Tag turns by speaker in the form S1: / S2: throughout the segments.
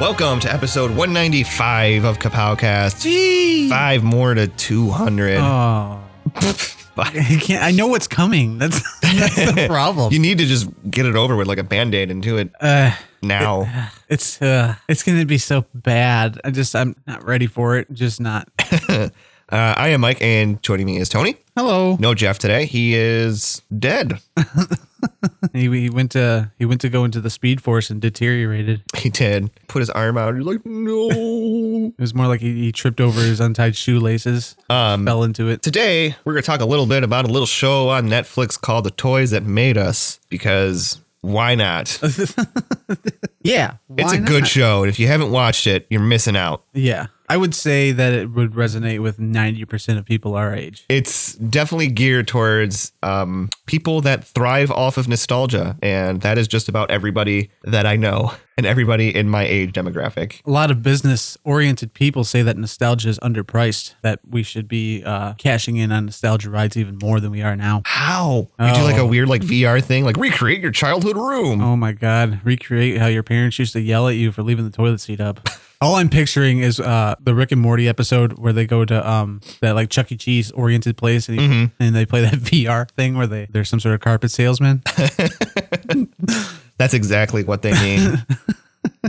S1: Welcome to episode 195 of Kapowcast. Five more to 200.
S2: Oh,
S1: Fuck.
S2: I, can't, I know what's coming. That's, that's the problem.
S1: You need to just get it over with like a band aid and do it
S2: uh,
S1: now.
S2: it's uh, it's gonna be so bad. I just I'm not ready for it. Just not.
S1: Uh, I am Mike, and joining me is Tony.
S2: Hello.
S1: No Jeff today. He is dead.
S2: He, he went to he went to go into the speed force and deteriorated.
S1: He did. Put his arm out. He's like, no.
S2: It was more like he, he tripped over his untied shoelaces,
S1: Um,
S2: fell into it.
S1: Today, we're going to talk a little bit about a little show on Netflix called The Toys That Made Us because why not?
S2: Yeah,
S1: it's a good show. And if you haven't watched it, you're missing out.
S2: Yeah, I would say that it would resonate with ninety percent of people our age.
S1: It's definitely geared towards um, people that thrive off of nostalgia. And that is just about everybody that I know and everybody in my age demographic.
S2: A lot of business oriented people say that nostalgia is underpriced, that we should be uh, cashing in on nostalgia rides even more than we are now.
S1: How? You do like a
S2: Oh.
S1: weird like VR thing, like recreate your childhood room.
S2: Oh my God. Recreate how your parents used to yell at you for leaving the toilet seat up. All I'm picturing is uh, the Rick and Morty episode where they go to um, that like Chuck E. Cheese oriented place and,
S1: Mm-hmm.
S2: and they play that VR thing where they there's some sort of carpet salesman.
S1: That's exactly what they mean.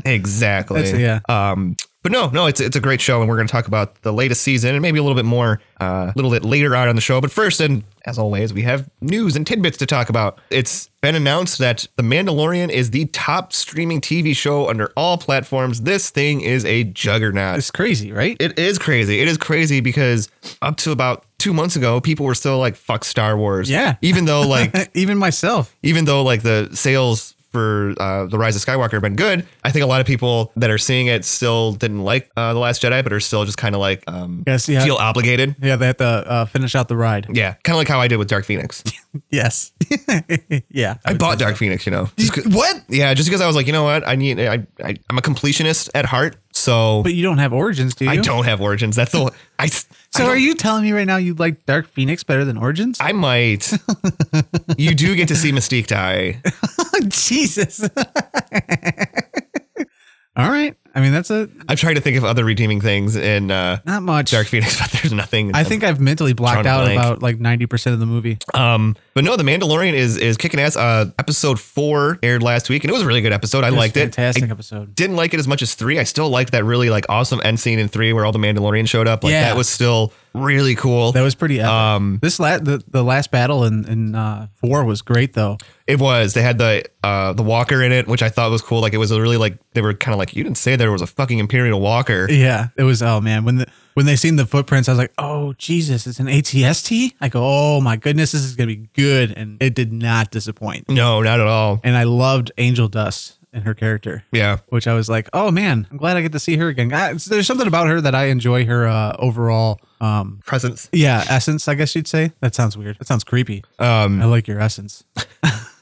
S1: exactly.
S2: That's- yeah.
S1: Um, but no, no, it's it's a great show, and we're going to talk about the latest season and maybe a little bit more uh, a little bit later on in the show. But first, and as always, we have news and tidbits to talk about. It's been announced that The Mandalorian is the top streaming TV show under all platforms. This thing is a juggernaut.
S2: It's crazy, right?
S1: It is crazy. It is crazy because up to about two months ago, people were still like, "Fuck Star Wars."
S2: Yeah.
S1: Even though like
S2: even myself.
S1: even though like the sales for uh, the Rise of Skywalker have been good, I think a lot of people that are seeing it still didn't like uh, the Last Jedi, but are still just kind of like um,
S2: Yes, yeah.
S1: feel obligated.
S2: Yeah, they have to uh, finish out the ride.
S1: Yeah, kind of like how I did with Dark Phoenix.
S2: Yes. yeah.
S1: I bought Dark Phoenix, you know. Just 'cause-
S2: What?
S1: yeah, just because I was like, you know what, I need, I, I I'm a completionist at heart, so
S2: But you don't have origins, do you?
S1: I don't have origins. That's the I. s- I
S2: So
S1: don't-
S2: are you telling me right now you like Dark Phoenix better than Origins?
S1: I might. you do get to see Mystique die.
S2: Jesus. All right. I mean, that's a
S1: I'm trying to think of other redeeming things in uh,
S2: not much.
S1: Dark Phoenix, but there's nothing.
S2: I think I've mentally
S1: Trying
S2: blocked
S1: to
S2: out
S1: blank.
S2: about like 90% of the movie.
S1: Um, but no, The Mandalorian is is kicking ass. Uh, episode four aired last week, and it was a really good episode. I liked it.
S2: Fantastic
S1: I
S2: episode.
S1: didn't like it as much as three. I still liked that really like awesome end scene in three where all the Mandalorian showed up. Like
S2: Yeah.
S1: that was still really cool.
S2: That was pretty epic.
S1: Um,
S2: this la- the, the last battle in, in uh, 4 was great though.
S1: it was. They had the uh the walker in it, which I thought was cool. Like it was a really like they were kind of like you didn't say there was a fucking Imperial walker.
S2: Yeah. It was oh man, when the when they seen the footprints I was like, "Oh Jesus, it's an ATST?" I go, "Oh my goodness, this is going to be good." And it did not disappoint.
S1: No, not at all.
S2: And I loved Angel Dust and her character.
S1: Yeah.
S2: which I was like, oh man, I'm glad I get to see her again. I, there's something about her that I enjoy her uh, overall. Um,
S1: Presence.
S2: yeah, essence, I guess you'd say. That sounds weird. That sounds creepy. Um, I like your essence.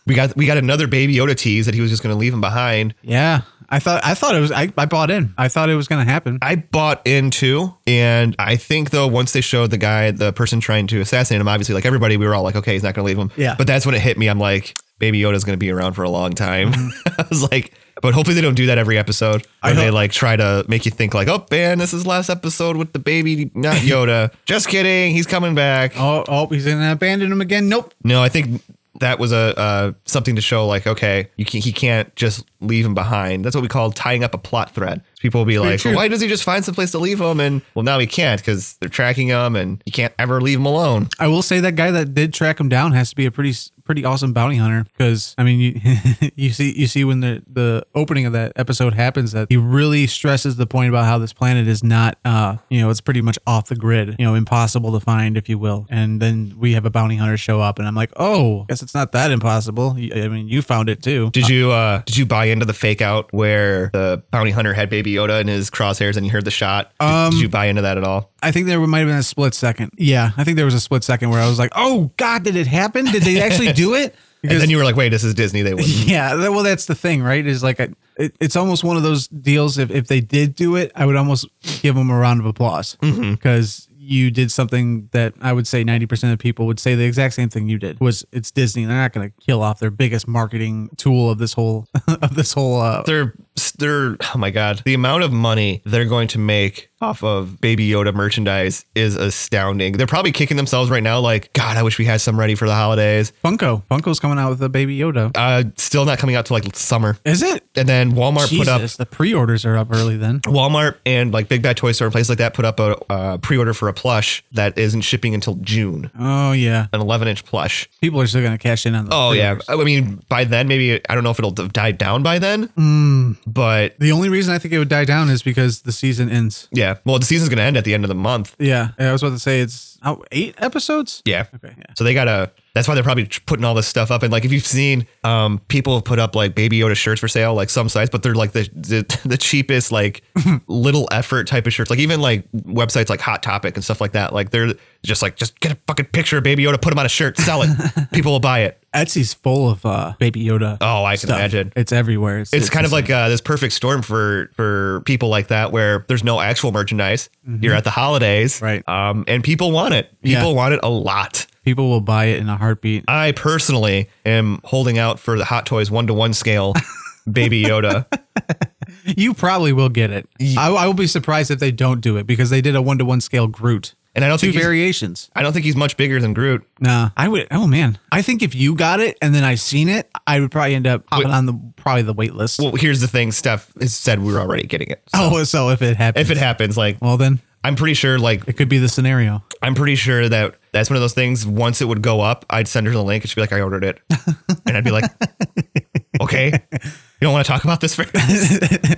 S1: We got we got another Baby Yoda tease that he was just going to leave him behind.
S2: Yeah, I thought I thought it was. I, I bought in. I thought it was gonna happen.
S1: I bought in too, and I think though once they showed the guy, the person trying to assassinate him, obviously like everybody, we were all like, okay, he's not going to leave him.
S2: Yeah.
S1: But that's when it hit me. I'm like, Baby Yoda's going to be around for a long time. I was like, but hopefully they don't do that every episode. Where
S2: Mm-hmm. I
S1: they
S2: hope-
S1: like try to make you think like, oh man, this is last episode with the baby, not Yoda. Just kidding, he's coming back.
S2: Oh, oh, he's gonna abandon him again. Nope.
S1: No, I think that was a uh, something to show like, okay, you can, he can't just leave him behind. That's what we call tying up a plot thread. People will be like,
S2: true.
S1: why does he just find some place to leave him? And well, now he can't because they're tracking him, and you can't ever leave him alone.
S2: I will say that guy that did track him down has to be a pretty s- pretty awesome bounty hunter because I mean you you see you see when the the opening of that episode happens that he really stresses the point about how this planet is not uh you know it's pretty much off the grid you know impossible to find if you will and then we have a bounty hunter show up and I'm like oh guess it's not that impossible Y- I mean you found it too
S1: Did you uh, did you buy into the fake out where the bounty hunter had Baby Yoda in his crosshairs and you heard the shot? Did, did you buy into that at all?
S2: I think there might have been a split second yeah I think there was a split second where I was like oh god did it happen did they actually do it
S1: And then you were like, wait, this is Disney. They wouldn't.
S2: Yeah, that- well, that's the thing, right? Is like a, it, it's almost one of those deals. If if they did do it, I would almost give them a round of applause
S1: Mm-hmm.
S2: because you did something that I would say ninety percent of people would say the exact same thing you did. Was it's Disney? They're not going to kill off their biggest marketing tool of this whole of this whole. Uh,
S1: Their they're oh my god, the amount of money they're going to make off of Baby Yoda merchandise is astounding. They're probably kicking themselves right now, like God, I wish we had some ready for the holidays.
S2: Funko. Funko's coming out with a baby Yoda.
S1: Uh, still not coming out till like summer,
S2: Is it?
S1: and then Walmart put up.
S2: Jesus, the pre-orders are up early then.
S1: Walmart and like Big Bad Toy Store and places like that put up a uh, pre-order for a plush that isn't shipping until June,
S2: Oh yeah,
S1: an 11-inch plush.
S2: people are still gonna cash in on the.
S1: Oh yeah,
S2: pre-orders.
S1: I mean by then maybe I don't know if it'll d- die down by then, Hmm. but
S2: The only reason I think it would die down is because the season ends.
S1: yeah. Well, the season's gonna end at the end of the month.
S2: Yeah, I was about to say it's oh, eight episodes.
S1: Yeah.
S2: Okay, yeah.
S1: So they gotta. That's why they're probably tr- putting all this stuff up. And like if you've seen, um, people have put up like Baby Yoda shirts for sale, like some sites, but they're like the the, the cheapest, like little effort type of shirts. Like even like websites like Hot Topic and stuff like that. Like they're just like just get a fucking picture of Baby Yoda, put him on a shirt, sell it. people will buy it.
S2: Etsy's full of uh, Baby Yoda.
S1: Oh, I can
S2: stuff.
S1: imagine.
S2: It's everywhere.
S1: it's kind of like uh, this perfect storm for for people like that where there's no actual merchandise you're at the holidays
S2: Mm-hmm. Right.
S1: um and people want it
S2: Yeah.
S1: people want it a lot
S2: people will buy it in a heartbeat.
S1: i personally am holding out for the hot toys one-to-one scale baby yoda
S2: You probably will get it. I, I will be surprised if they don't do it because they did a one to one scale Groot.
S1: and i don't
S2: Two
S1: think he's-
S2: variations.
S1: i don't think he's much bigger than groot
S2: Nah, I would. Oh man, I think if you got it and then I seen it, I would probably end up hopping on the probably the wait list.
S1: well here's the thing steph has said we were already getting it So
S2: oh, so if it happens,
S1: if it happens like
S2: well then
S1: i'm pretty sure like
S2: it could be the scenario.
S1: i'm pretty sure that that's one of those things once it would go up i'd send her the link and she'd be like i ordered it and i'd be like okay you don't want to talk about this for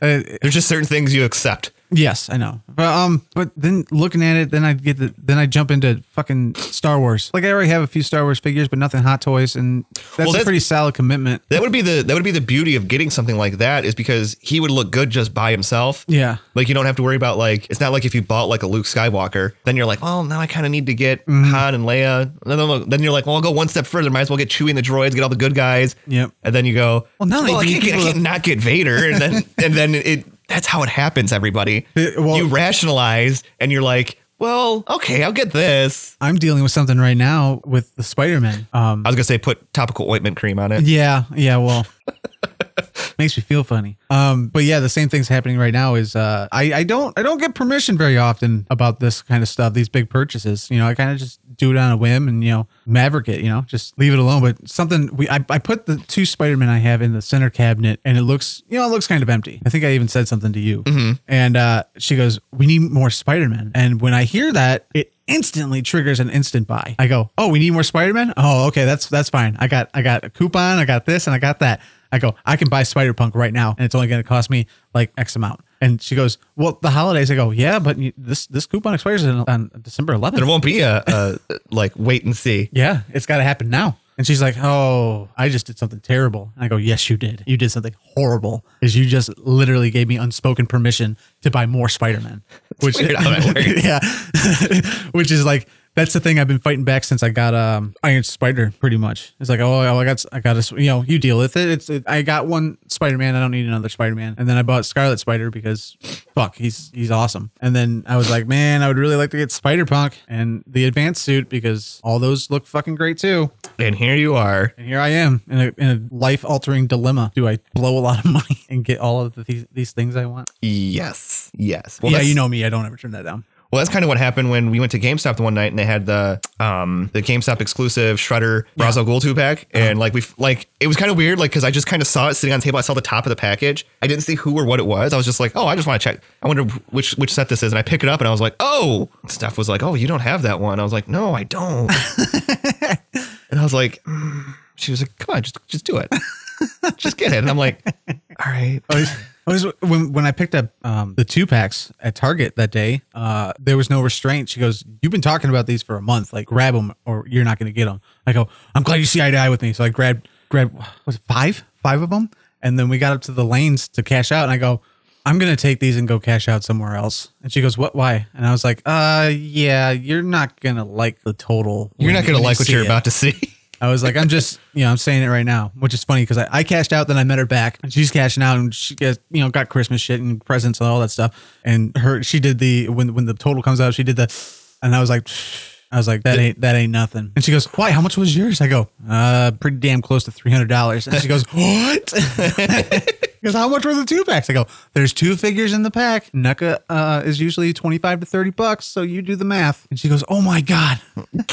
S1: There's just certain things you accept.
S2: Yes, I know. But um, but then looking at it, then I get the then I jump into fucking Star Wars. Like I already have a few Star Wars figures, but nothing Hot Toys, and that's a
S1: that's-
S2: pretty solid commitment.
S1: That would be the that would be the beauty of getting something like that is because he would look good just by himself.
S2: Yeah.
S1: Like you don't have to worry about like it's not like if you bought like a Luke Skywalker, then you're like, well, now I kind of need to get
S2: Mm-hmm.
S1: Han and Leia. And then, I'll- then you're like, well, I'll go one step further. Might as well get Chewie and the droids, get all the good guys.
S2: Yep.
S1: And then you go,
S2: Well, now they
S1: I
S2: beat
S1: can't, get, I
S2: people
S1: can't not get Vader, and then and then it that's how it happens. Everybody,
S2: It- well-
S1: you rationalize and you're like, well, okay, I'll get this.
S2: I'm dealing with something right now with the Spider Man. Um,
S1: I was gonna say put topical ointment cream on it.
S2: yeah, yeah. Well, makes me feel funny. Um, but yeah, the same thing's happening right now. Is uh, I I don't I don't get permission very often about this kind of stuff. These big purchases, you know, I kind of just do it on a whim and you know maverick it, you know, just leave it alone. But something we I, I put the two Spider Men I have in the center cabinet, and it looks you know it looks kind of empty. I think I even said something to you, and uh, she goes, "We need more Spider Man." And when I hear that, it instantly triggers an instant buy. I go, "Oh, we need more Spider-Man? Oh, okay, that's that's fine. I got I got a coupon, I got this and I got that." I go, "I can buy Spider-Punk right now and it's only going to cost me like X amount." And she goes, "Well, the holidays." I go, "Yeah, but you, this this coupon expires on, on December 11th."
S1: There won't be a, a like wait and see.
S2: yeah, it's got to happen now. And she's like, "Oh, I just did something terrible." And I go, "Yes, you did. You did something horrible. Is you just literally gave me unspoken permission to buy more Spider-Man." Which
S1: weird how that works.
S2: yeah, which is like that's the thing I've been fighting back since I got um Iron Spider. Pretty much, it's like, "Oh, I got I got a you know you deal with it. It's it, I got one Spider-Man. I don't need another Spider-Man." And then I bought Scarlet Spider because fuck, he's he's awesome. And then I was like, "Man, I would really like to get Spider-Punk and the advanced suit because all those look fucking great too."
S1: And here you are.
S2: And here I am in a, in a life altering dilemma. Do I blow a lot of money and get all of the, these, these things I want? Oh,
S1: Yes. Yes. Well,
S2: yeah,
S1: that's-
S2: you know me. I don't ever turn that down.
S1: Well, that's kind of what happened when we went to GameStop the one night and they had the um the GameStop exclusive Shredder Ra's al Ghul two pack, and like we like it was kind of weird, like because I just kind of saw it sitting on the table. I saw the top of the package. I didn't see who or what it was. I was just like, oh, I just want to check. I wonder which which set this is, and I pick it up and I was like, oh. Steph was like, oh, you don't have that one. I was like, no, I don't. and I was like, mm. she was like, come on, just just do it, just get it. And I'm like, all right.
S2: I was- I was when when I picked up um, the two packs at Target that day. Uh, there was no restraint. She goes, "You've been talking about these for a month. Like grab them, or you're not going to get them." I go, "I'm glad you see eye to eye with me." So I grabbed grabbed was it five five of them, and then we got up to the lanes to cash out, and I go. I'm gonna take these and go cash out somewhere else. And she goes, "What? Why?" And I was like, "Uh, yeah, you're not gonna like the total.
S1: You're not gonna like what you're
S2: about."
S1: about to see.
S2: I was like, I'm just, you know, I'm saying it right now, which is funny because I, I cashed out, then I met her back, and she's cashing out, and she gets, you know, got Christmas shit and presents and all that stuff, and her, she did the when when the total comes out, she did the, and I was like, I was like, that ain't that ain't nothing. And she goes, why? How much was yours? I go, uh, pretty damn close to three hundred dollars. And she goes, what? Because how much were the two packs? I go, there's two figures in the pack. Nuka uh, is usually twenty five to thirty bucks, so you do the math. And she goes, oh my god.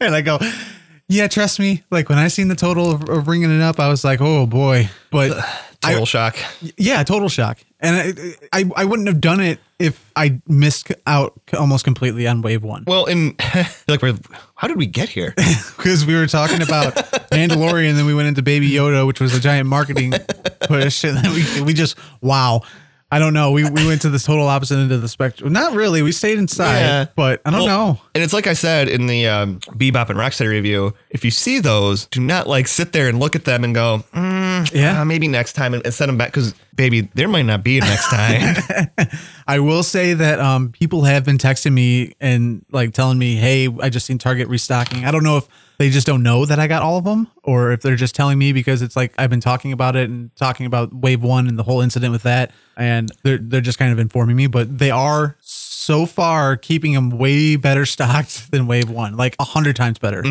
S2: and I go. Yeah, trust me. Like when I seen the total of, of ringing it up, I was like, "Oh boy!" But
S1: Total shock.
S2: yeah, total shock. And I, I, I wouldn't have done it if I missed out almost completely on wave one
S1: Well, and like, we're, how did we get here?
S2: because we were talking about Mandalorian, then we went into Baby Yoda, which was a giant marketing push, and then we we just wow. I don't know. We, we went to this total opposite end of the spectrum. Not really. We stayed inside,
S1: Yeah.
S2: but I don't know.
S1: And it's like I said in the um, Bebop and Rocksteady review. If you see those, do not like sit there and look at them and go, mm,
S2: Yeah.
S1: uh, maybe next time, and, and send them back because baby, there might not be a next time.
S2: I will say that um, people have been texting me and like telling me, "Hey, I just seen Target restocking." I don't know if they just don't know that I got all of them, or if they're just telling me because it's like I've been talking about it and talking about Wave One and the whole incident with that, and they're they're just kind of informing me. But they are so far keeping them way better stocked than Wave One, like a hundred times better.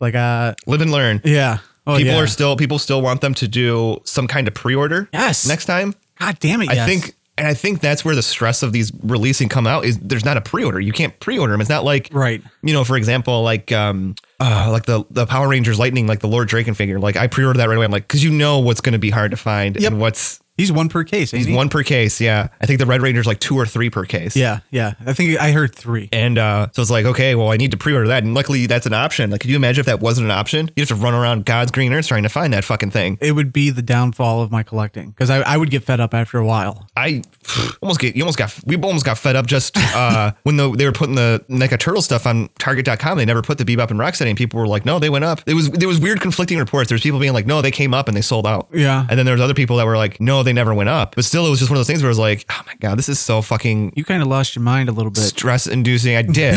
S2: Like, uh,
S1: Live and learn.
S2: yeah, oh,
S1: Mm-hmm. people
S2: yeah.
S1: are still people still want them to do some kind of pre-order.
S2: Yes.
S1: Next time,
S2: God damn it!
S1: I
S2: yes.
S1: think. And I think that's where the stress of these releasing come out is there's not a pre-order. You can't pre-order them. It's not like
S2: Right.
S1: You know, for example, like um, uh, like the the Power Rangers Lightning, like the Lord Draken figure. Like I pre-ordered that right away. I'm like, because you know what's going to be hard to find and what's
S2: he's one per case. ain't
S1: He's
S2: he?
S1: one per case. Yeah. I think the Red Ranger's like two or three per case.
S2: Yeah, yeah. I think I heard three.
S1: And uh, so it's like, okay, well, I need to pre-order that, and luckily that's an option. Like, could you imagine if that wasn't an option? You would have to run around God's green earth trying to find that fucking thing.
S2: it would be the downfall of my collecting because I, I would get fed up after a while.
S1: I almost get, you almost got, we almost got fed up just uh, when the, they were putting the NECA turtle stuff on Target.com. They never put the Bebop and Rocksteady, and people were like, no, they went up. It was there was weird conflicting reports. There was people being like, no, they came up and they sold out.
S2: Yeah.
S1: And then there was other people that were like, no, they never went up. But still, it was just one of those things where it was like, oh my god, this is so fucking
S2: You kind of lost your mind a little bit.
S1: stress inducing. I did.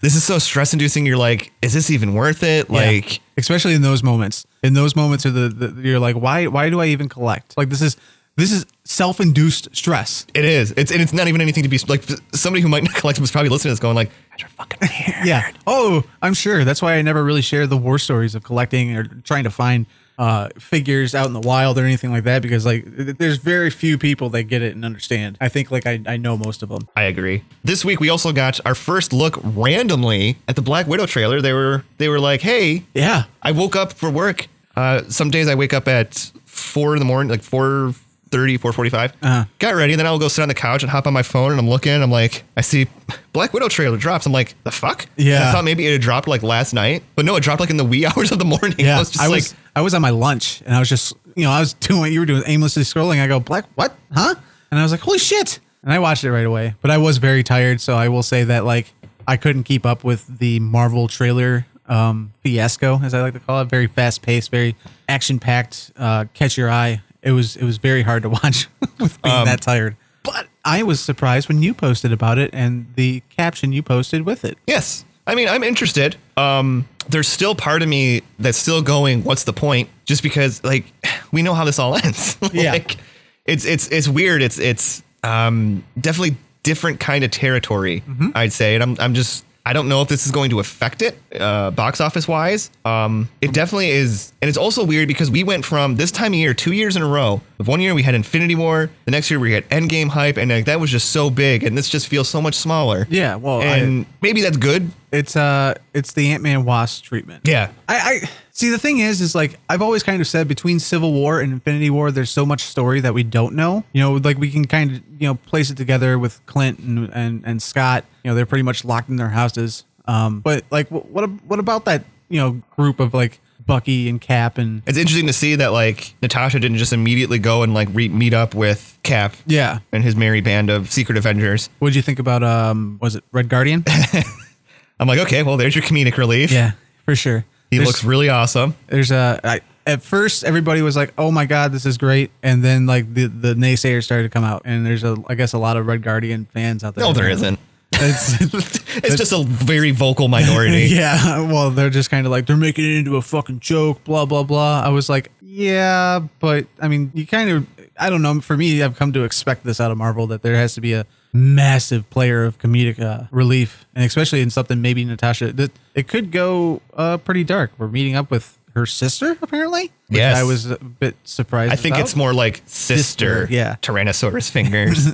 S1: this is so stress inducing. You're like, is this even worth it? Like,
S2: especially in those moments. In those moments are the, the you're like, why why do I even collect? Like this is this is self induced stress.
S1: it is. It's and it's not even anything to be like. Somebody who might not collect was probably listening to this, going like, "Guys are fucking weird."
S2: Yeah. Oh, I'm sure. That's why I never really share the war stories of collecting or trying to find uh, figures out in the wild or anything like that because like th- there's very few people that get it and understand. I think like I, I know most of them.
S1: I agree. This week we also got our first look randomly at the Black Widow trailer. They were they were like, "Hey,
S2: Yeah.
S1: I woke up for work. Uh, some days I wake up at four in the morning, like four thirty, four forty-five. Got ready, then I'll go sit on the couch and hop on my phone, and I'm looking. and I'm like, I see Black Widow trailer drops. I'm like, the fuck?
S2: Yeah.
S1: I thought maybe it had dropped like last night, but no, it dropped like in the wee hours of the morning. I was just like,
S2: I was on my lunch and I was just you know I was doing what you were doing aimlessly scrolling. I go black what huh? And I was like holy shit! And I watched it right away. But I was very tired, so I will say that like I couldn't keep up with the Marvel trailer um, fiasco as I like to call it. Very fast paced, very action packed, uh, catch your eye. It was it was very hard to watch with being that tired. Um, But I was surprised when you posted about it and the caption you posted with it.
S1: yes. I mean, I'm interested. Um, there's still part of me that's still going, what's the point? Just because, like, we know how this all ends.
S2: Yeah.
S1: like, it's it's it's weird. It's it's um definitely different kind of territory,
S2: Mm-hmm.
S1: I'd say. And I'm I'm just I don't know if this is going to affect it uh, box office wise. Um, it definitely is, and it's also weird because we went from this time of year two years in a row. Of one year we had Infinity War, the next year we had Endgame hype, and like, that was just so big, and this just feels so much smaller.
S2: Yeah, well, Oh, I-
S1: and maybe that's good.
S2: It's uh, it's the Ant Man Wasp treatment.
S1: Yeah.
S2: I, I see. The thing is, is like I've always kind of said between Civil War and Infinity War, there's so much story that we don't know. You know, like we can kind of you know place it together with Clint and and, and Scott. You know, they're pretty much locked in their houses. Um, but like, wh- what ab- what about that? You know, group of like Bucky and Cap and
S1: It's interesting to see that like Natasha didn't just immediately go and like re- meet up with Cap
S2: yeah.
S1: and his merry band of secret Avengers.
S2: What did you think about um? Was it Red Guardian?
S1: I'm like, okay, well, there's your comedic relief.
S2: yeah, for sure.
S1: He
S2: There's-
S1: looks really awesome.
S2: there's a I, at first everybody was like oh my god this is great and then like the the naysayers started to come out and there's a i guess a lot of red guardian fans out there
S1: No, there isn't.
S2: It's-
S1: It's just a very vocal minority.
S2: yeah well they're just kind of like they're making it into a fucking joke blah blah blah i was like yeah but i mean you kind of i don't know for me i've come to expect this out of marvel that there has to be a massive player of comedic uh, relief, and especially in something maybe Natasha. That it could go uh, pretty dark. We're meeting up with her sister apparently. which
S1: Yes.
S2: I was a bit surprised.
S1: I think
S2: about.
S1: it's more like sister,
S2: Sister, yeah. Um,
S1: Tyrannosaurus fingers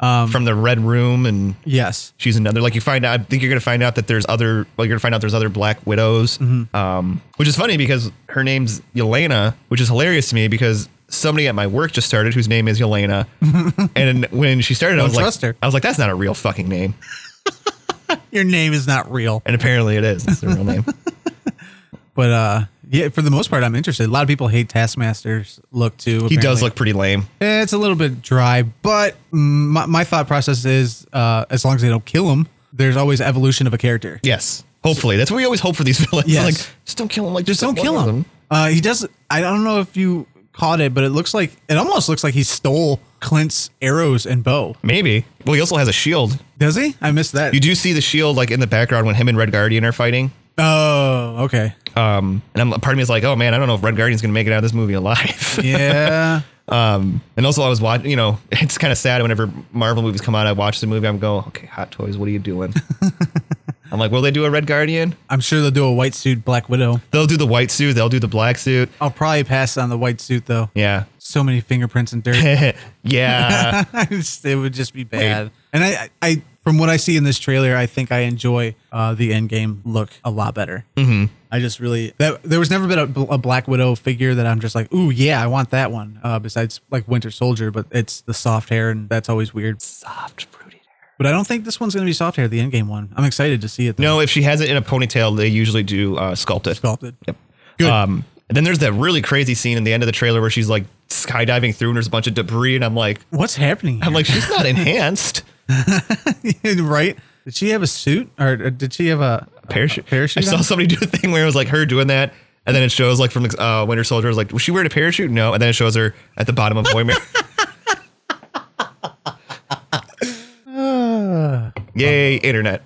S1: from the Red Room, and
S2: yes.
S1: she's another. Like you find out, I think you're gonna find out that there's other. Well, you're gonna find out there's other Black Widows,
S2: Mm-hmm.
S1: um, which is funny because her name's Yelena, which is hilarious to me because somebody at my work just started whose name is Yelena, and when she started, I
S2: Don't
S1: was like,
S2: trust her.
S1: I was like, that's not a real fucking name,
S2: Your name is not real,
S1: and apparently it is. It's the real name.
S2: but uh, yeah, for the most part, I'm interested. A lot of people hate Taskmaster's look too.
S1: He does
S2: apparently.
S1: look pretty lame.
S2: Eh, It's a little bit dry, but my, my thought process is uh, as long as they don't kill him, there's always evolution of a character.
S1: Yes. Hopefully, that's what we always hope for these villains.
S2: Yes.
S1: Like, just don't kill him. Like,
S2: Just don't
S1: one
S2: kill
S1: of
S2: him.
S1: them.
S2: Uh, he does. I don't know if you caught it, but it looks like it almost looks like he stole Clint's arrows and bow.
S1: Maybe. Well, he also has a shield.
S2: Does he? I missed that.
S1: You do see the shield like in the background when him and Red Guardian are fighting.
S2: oh, okay.
S1: Um, and I'm, part of me is like, oh man, I don't know if Red Guardian's gonna make it out of this movie alive.
S2: Yeah.
S1: um, and also I was watching, you know, it's kind of sad whenever Marvel movies come out. I watch the movie, I'm going, okay, Hot Toys, what are you doing? I'm like, will they do a Red Guardian?
S2: I'm sure they'll do a white suit Black Widow.
S1: They'll do the white suit. They'll do the black suit.
S2: I'll probably pass on the white suit though.
S1: Yeah,
S2: So many fingerprints and dirt.
S1: yeah.
S2: I just- it would just be bad. And I, I, from what I see in this trailer, I think I enjoy uh, the Endgame look a lot better. Mm-hmm. I just really that there was never been a, bl- a Black Widow figure that I'm just like, ooh yeah, I want that one. Uh, besides like Winter Soldier, but it's the soft hair and that's always weird.
S1: Soft, brooding.
S2: But I don't think this one's gonna be soft hair. The Endgame one. I'm excited to see it. Though.
S1: No, if she has it in a ponytail, they usually do uh, sculpted.
S2: sculpted.
S1: Yep.
S2: Good.
S1: Um, and then there's that really crazy scene in the end of the trailer where she's like skydiving through and there's a bunch of debris, and I'm like,
S2: What's happening?
S1: I'm like, she's not enhanced.
S2: here? right? Did she have a suit or or did she have a,
S1: Uh, Parachute.
S2: a parachute
S1: I saw
S2: on?
S1: somebody do a thing where it was like her doing that, and then it shows like from uh, Winter Soldier, it was like, was she wearing a parachute? No, and then it shows her at the bottom of Boy Mirror. Yay, internet.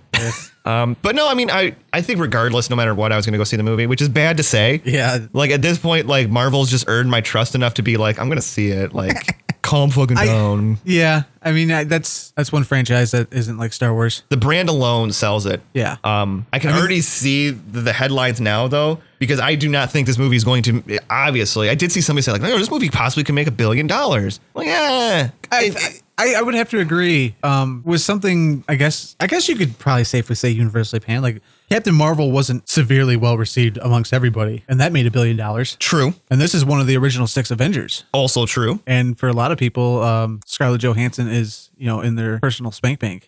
S1: Um, but no, I mean, I, I think regardless, no matter what, I was going to go see the movie, which is bad to say.
S2: Yeah.
S1: Like at this point, like Marvel's just earned my trust enough to be like, I'm gonna see it. Like, calm fucking down.
S2: Yeah, I mean I, that's that's one franchise that isn't like Star Wars.
S1: the brand alone sells it.
S2: Yeah.
S1: Um, I can
S2: I mean-
S1: already see the, the headlines now though, because I do not think this movie is going to. Obviously, I did see somebody say like, "No, this movie possibly could make a billion dollars." Like, yeah,
S2: I, I, I would have to agree. Um, was something I guess I guess you could probably safely say universally panned. Like Captain Marvel wasn't severely well received amongst everybody, and that made a billion dollars.
S1: true.
S2: And this is one of the original six Avengers.
S1: Also true.
S2: And for a lot of people, um, Scarlett Johansson is you know in their personal spank bank.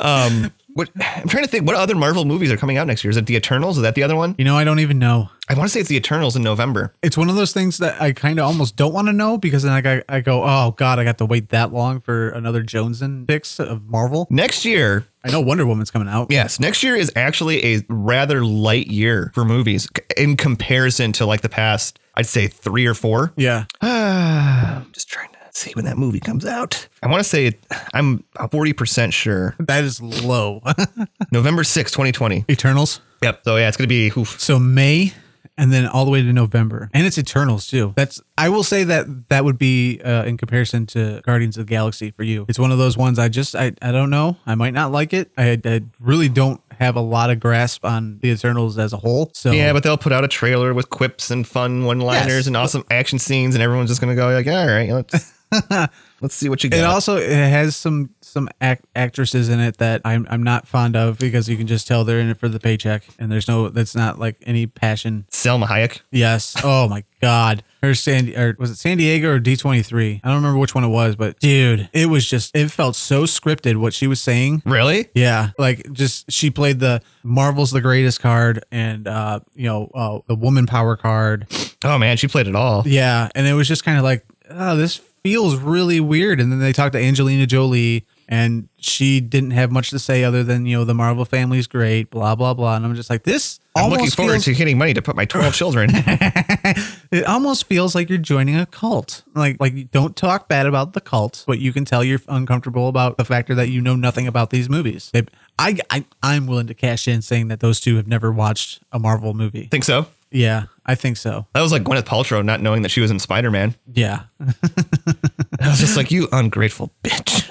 S1: Um, what I'm trying to think, what other Marvel movies are coming out next year? Is it the Eternals? Is that the other one?
S2: you know, I don't even know.
S1: I want to say it's the Eternals in November.
S2: It's one of those things that I kind of almost don't want to know because then I, go- I go, oh god, I got to wait that long for another Joneson picks of Marvel.
S1: Next year,
S2: I know Wonder Woman's coming out.
S1: Yes, next year is actually a rather light year for movies c- in comparison to like the past, I'd say three or four.
S2: Yeah.
S1: I'm just trying to see when that movie comes out. I want to say it, I'm 40% sure.
S2: That is low.
S1: November 6th, 2020.
S2: Eternals.
S1: Yep. So yeah, it's going to be oof.
S2: So May and then all the way to November. And it's Eternals too. That's I will say that that would be uh, in comparison to Guardians of the Galaxy for you. It's one of those ones I just I, I don't know. I might not like it. I, I really don't have a lot of grasp on the Eternals as a whole. So
S1: Yeah, but they'll put out a trailer with quips and fun one-liners
S2: Yes.
S1: and awesome action scenes, and everyone's just gonna go like, "All right, let's let's see what you
S2: it
S1: got."
S2: also it has some some act- actresses in it that I'm I'm not fond of because you can just tell they're in it for the paycheck and there's no that's not like any passion
S1: Selma Hayek.
S2: Yes. Oh my God. Her San or was it San Diego or D twenty three? I don't remember which one it was, but dude, it was just it felt so scripted what she was saying.
S1: Really?
S2: Yeah, like just she played the Marvel's the greatest card and uh you know uh, the woman power card.
S1: Oh man, she played it all.
S2: Yeah, and it was just kind of like oh this feels really weird. And then they talked to Angelina Jolie. And she didn't have much to say other than you know the Marvel family's great, blah blah blah. And I'm just like this.
S1: I'm
S2: almost
S1: looking forward
S2: feels-
S1: to getting money to put my 12 children.
S2: it almost feels like you're joining a cult. Like like you don't talk bad about the cult, but you can tell you're uncomfortable about the factor that you know nothing about these movies. They, I, I I'm willing to cash in saying that those two have never watched a Marvel movie.
S1: Think so?
S2: Yeah, I think so.
S1: That was like Gwyneth Paltrow not knowing that she was in Spider Man.
S2: Yeah.
S1: I was just like, you ungrateful bitch.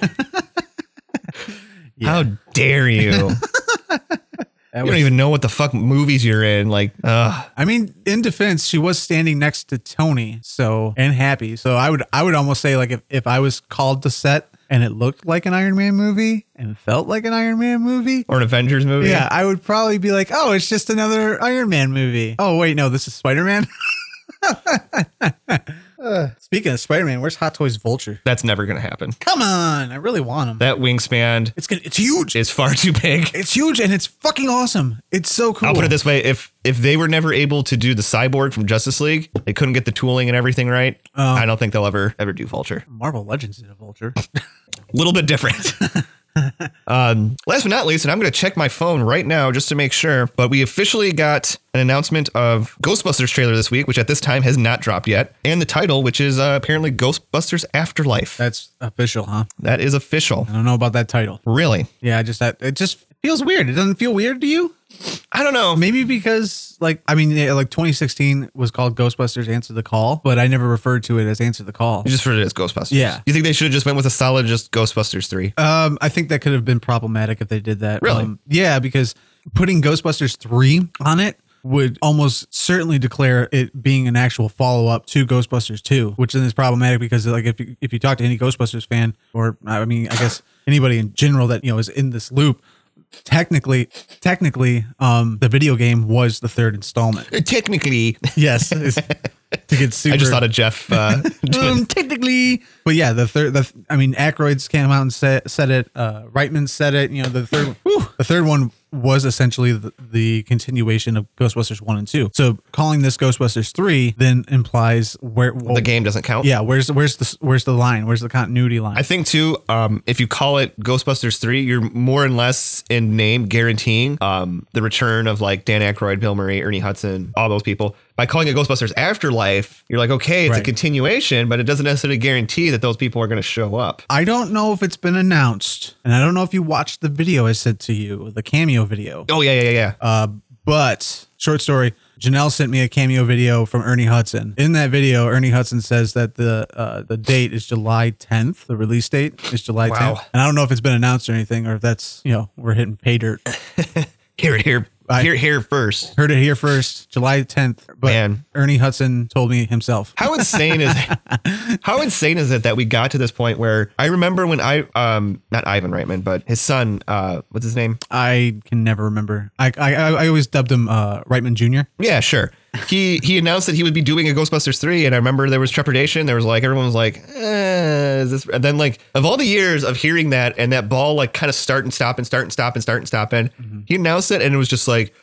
S1: How dare you? you
S2: That
S1: don't
S2: was-
S1: even know what the fuck movies you're in. Like, ugh.
S2: I mean, in defense, she was standing next to Tony, so and Happy. So I would I would almost say like if, if I was called to set and it looked like an Iron Man movie and felt like an Iron Man movie.
S1: or an Avengers movie.
S2: Yeah, I would probably be like, "Oh, it's just another Iron Man movie." Oh, wait, no, this is Spider Man.
S1: Uh.
S2: speaking of Spider Man, where's Hot Toys Vulture?
S1: That's never gonna happen.
S2: Come on, I really want him.
S1: That wingspan
S2: It's gonna, it's huge.
S1: is far too big.
S2: It's huge and it's fucking awesome. It's so cool.
S1: I'll put it this way: if if they were never able to do the cyborg from Justice League, they couldn't get the tooling and everything right.
S2: Oh.
S1: I don't think they'll ever ever do Vulture.
S2: Marvel Legends did a Vulture.
S1: A little bit different. um, last but not least, and I'm going to check my phone right now just to make sure. But we officially got an announcement of Ghostbusters trailer this week, which at this time has not dropped yet, and the title, which is uh, apparently Ghostbusters Afterlife.
S2: That's official, huh?
S1: That is official.
S2: I don't know about that title.
S1: Really?
S2: Yeah, I just that it just feels weird. It doesn't feel weird to you?
S1: I don't know.
S2: Maybe because like I mean yeah, like 2016 was called Ghostbusters Answer the Call, but I never referred to it as Answer the Call.
S1: Just for it as Ghostbusters.
S2: Yeah.
S1: You think they should have just went with a solid just Ghostbusters three?
S2: Um, I think that could have been problematic if they did that.
S1: Really?
S2: Um, yeah, because putting Ghostbusters 3 on it would almost certainly declare it being an actual follow up to Ghostbusters 2, which then is problematic because like if you, if you talk to any Ghostbusters fan or I mean I guess anybody in general that you know is in this loop, technically technically um the video game was the third installment.
S1: Technically,
S2: Yes. it's- to get super
S1: I just thought of Jeff. Uh,
S2: um, technically, but yeah, the third. The I mean, Aykroyd's came out and said, said it. Uh, Reitman said it. You know, the third. whew, the third one was essentially the, the continuation of Ghostbusters one and two. So calling this Ghostbusters three then implies where well,
S1: the game doesn't count.
S2: Yeah, where's where's the where's the line? Where's the continuity line?
S1: I think too, um, if you call it Ghostbusters three, you're more and less in name guaranteeing um, the return of like Dan Aykroyd, Bill Murray, Ernie Hudson, all those people. By calling it Ghostbusters Afterlife, you're like, okay, it's a
S2: Right.
S1: continuation, but it doesn't necessarily guarantee that those people are going to show up.
S2: I don't know if it's been announced, and I don't know if you watched the video I sent to you, the cameo video.
S1: Oh yeah, yeah, yeah, yeah.
S2: Uh, but short story, Janelle sent me a cameo video from Ernie Hudson. In that video, Ernie Hudson says that the uh, the date is July 10th. The release date is July
S1: Wow.
S2: 10th. And I don't know if it's been announced or anything, or if that's you know we're hitting pay dirt.
S1: Hear it here,
S2: I-
S1: here, here first.
S2: Heard it here first, July 10th. But
S1: Man.
S2: Ernie Hudson told me himself.
S1: How insane is how insane is it that we got to this point where I remember when I um not Ivan Reitman but his son uh what's his name
S2: I can never remember. I I, I always dubbed him uh, Reitman Jr.
S1: Yeah, sure. He he announced that he would be doing a Ghostbusters three, and I remember there was trepidation. There was like everyone was like, eh, is this? And then like of all the years of hearing that and that ball like kind of start and stop and start and stop and start and stop and he announced it, and it was just like,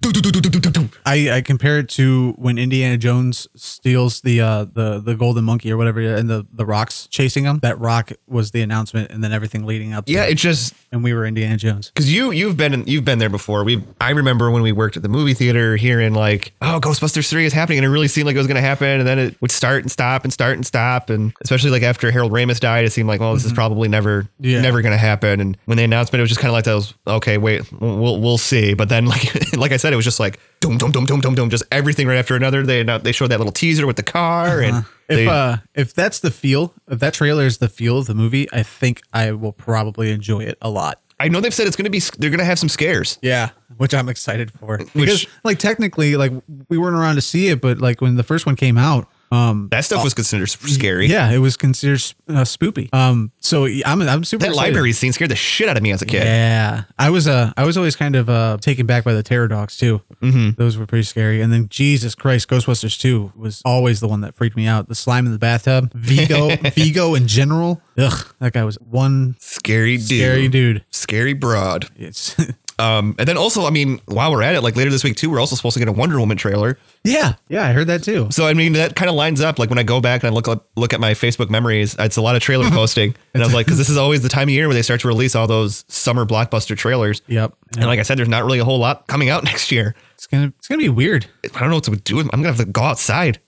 S1: do do do do do do do.
S2: I, I compare it to when Indiana Jones steals the uh the the golden monkey or whatever and the the rocks chasing him. That rock was the announcement and then everything leading up. to
S1: Yeah,
S2: it.
S1: it just
S2: and we were Indiana Jones.
S1: because you you've been in, you've been there before. We I remember when we worked at the movie theater hearing like, oh, Ghostbusters three is happening, and it really seemed like it was going to happen, and then it would start and stop and start and stop, and especially like after Harold Ramis died, it seemed like, well, this is probably never
S2: Mm-hmm. Yeah.
S1: never going to happen. And when they announced it, it was just kind of like that was okay, wait, we'll we'll see. But then like like I said, it was just like doom doom doom doom doom doom, just everything right after another. They annou- they showed that little teaser with the car and.
S2: If
S1: they-
S2: uh if that's the feel, if that trailer is the feel of the movie, I think I will probably enjoy it a lot.
S1: I know they've said it's going to be, they're going to have some scares.
S2: Yeah, which I'm excited for. Because like technically, like we weren't around to see it, but like when the first one came out, um,
S1: That stuff was considered scary.
S2: yeah, it was considered uh, spoopy. Um, so I'm I'm super
S1: That
S2: excited.
S1: library scene scared the shit out of me as a kid.
S2: Yeah, I was uh, I was always kind of uh, taken back by the terror dogs too. Mm-hmm. Those were pretty scary. And then Jesus Christ, Ghostbusters two was always the one that freaked me out. The slime in the bathtub, Vigo, Vigo in general. Ugh, that guy was one
S1: Scary dude.
S2: scary dude.
S1: Scary broad.
S2: It's
S1: Um, and then also, I mean, while we're at it, like later this week too, we're also supposed to get a Wonder Woman trailer.
S2: yeah, yeah, I heard that too.
S1: So I mean, that kind of lines up. Like when I go back and I look up, look at my Facebook memories, it's a lot of trailer posting, and I was like, because this is always the time of year where they start to release all those summer blockbuster trailers.
S2: Yep,
S1: And like I said, there's not really a whole lot coming out next year.
S2: it's gonna it's gonna be weird.
S1: I don't know what to do. I'm gonna have to go outside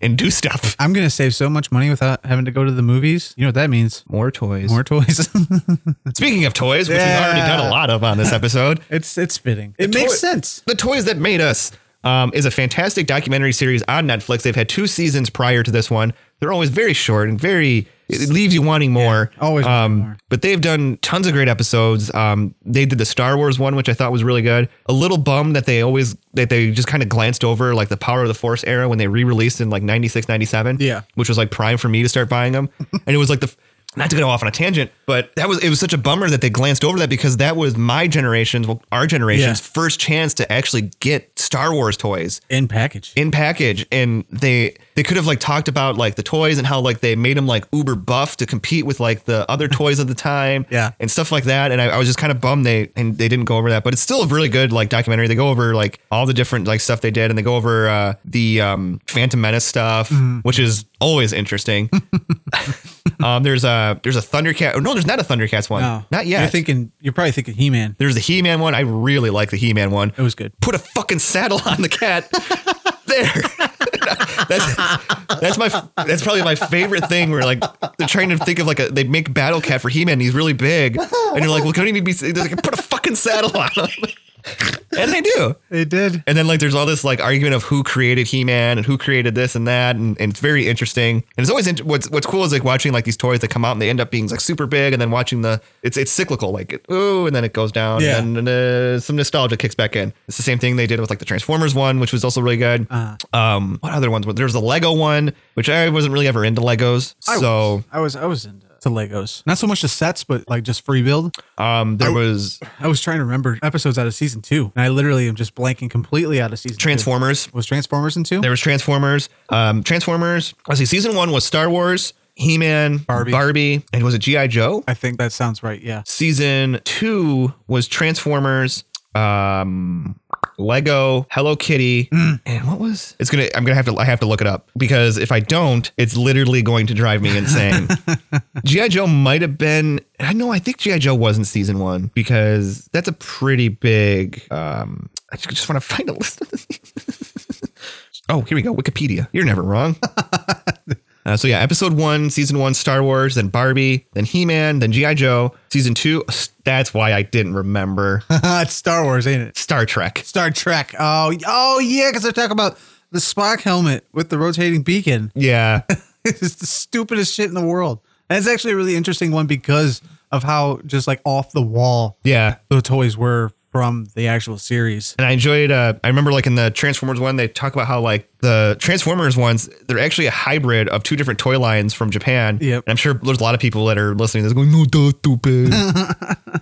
S1: and do stuff.
S2: I'm gonna save so much money without having to go to the movies. You know what that means?
S1: More toys.
S2: More toys.
S1: Speaking of toys, which we've already
S2: Yeah.
S1: done a lot of on this episode,
S2: it's it's fitting. It
S1: toy-
S2: makes sense.
S1: the toys that made us. um, is a fantastic documentary series on Netflix. They've had two seasons prior to this one. They're always very short and very it leaves you wanting more.
S2: always wanting
S1: um,
S2: more.
S1: But they've done tons of great episodes. Um, they did the Star Wars one, which I thought was really good. A little bummed that they always that they just kind of glanced over like the Power of the Force era when they re-released in like 96, 97.
S2: Yeah.
S1: Which was like prime for me to start buying them. and it was like the not to go off on a tangent, but that was it was such a bummer that they glanced over that because that was my generation's, well, our generation's
S2: Yeah.
S1: first chance to actually get Star Wars toys
S2: in package.
S1: in package and they they could have like talked about like the toys and how like they made them like uber buff to compete with like the other toys of the time
S2: Yeah.
S1: and stuff like that and I, I was just kind of bummed they and they didn't go over that but it's still a really good like documentary they go over like all the different like stuff they did and they go over uh the um phantom menace stuff
S2: Mm-hmm.
S1: which is always interesting um there's a there's a thundercat oh, no there's not a thundercats one
S2: No.
S1: not yet
S2: Oh. You're thinking. You're probably thinking He-Man.
S1: there's the he-man one i really like the he-man one
S2: It was good.
S1: put a fucking saddle on the cat. there. that's that's my that's probably my favorite thing where like they're trying to think of like a they make battle cat for He-Man and he's really big and you're like well couldn't he be they're like put a fucking saddle on him and they do
S2: It did.
S1: and then like there's all this like argument of who created He-Man and who created this and that, and, and it's very interesting. And it's always int- what's what's cool is like watching like these toys that come out and they end up being like super big, and then watching the it's it's cyclical like it, ooh, and then it goes down,
S2: Yeah.
S1: and then uh, some nostalgia kicks back in. It's the same thing they did with like the Transformers one, which was also really good.
S2: Uh-huh.
S1: Um, what other ones? were- There's the Lego one, which I wasn't really ever into Legos, so
S2: I was I was into to Legos. Not so much the sets, but like just free build.
S1: um, there was
S2: I was trying to remember episodes out of season two, and I literally am just blanking completely out of season. two.
S1: Transformers.
S2: was Transformers in two.
S1: There was Transformers. Um, Transformers. I see. Season one was Star Wars, He Man,
S2: Barbie.
S1: Barbie, and was it GI Joe?
S2: I think that sounds right. Yeah.
S1: Season two was Transformers, um, Lego, Hello Kitty, and what was? It's gonna. I'm gonna have to. I have to look it up because if I don't, it's literally going to drive me insane. GI Joe might have been. I know. I think GI Joe wasn't season one because that's a pretty big. Um, I just, just want to find a list. of this. oh, here we go. Wikipedia. You're never wrong. Uh, so yeah, episode one, season one, Star Wars, then Barbie, then He Man, then GI Joe. Season two. That's why I didn't remember
S2: it's Star Wars, ain't it?
S1: Star Trek.
S2: Star Trek. Oh, oh yeah, because they're talking about the Spock helmet with the rotating beacon.
S1: Yeah,
S2: it's the stupidest shit in the world. And it's actually a really interesting one because of how just like off the wall
S1: yeah.
S2: the toys were from the actual series.
S1: And I enjoyed. Uh, I remember like in the Transformers one, they talk about how like the Transformers ones, they're actually a hybrid of two different toy lines from Japan.
S2: Yep.
S1: And I'm sure there's a lot of people that are listening to this going, "No, that's stupid."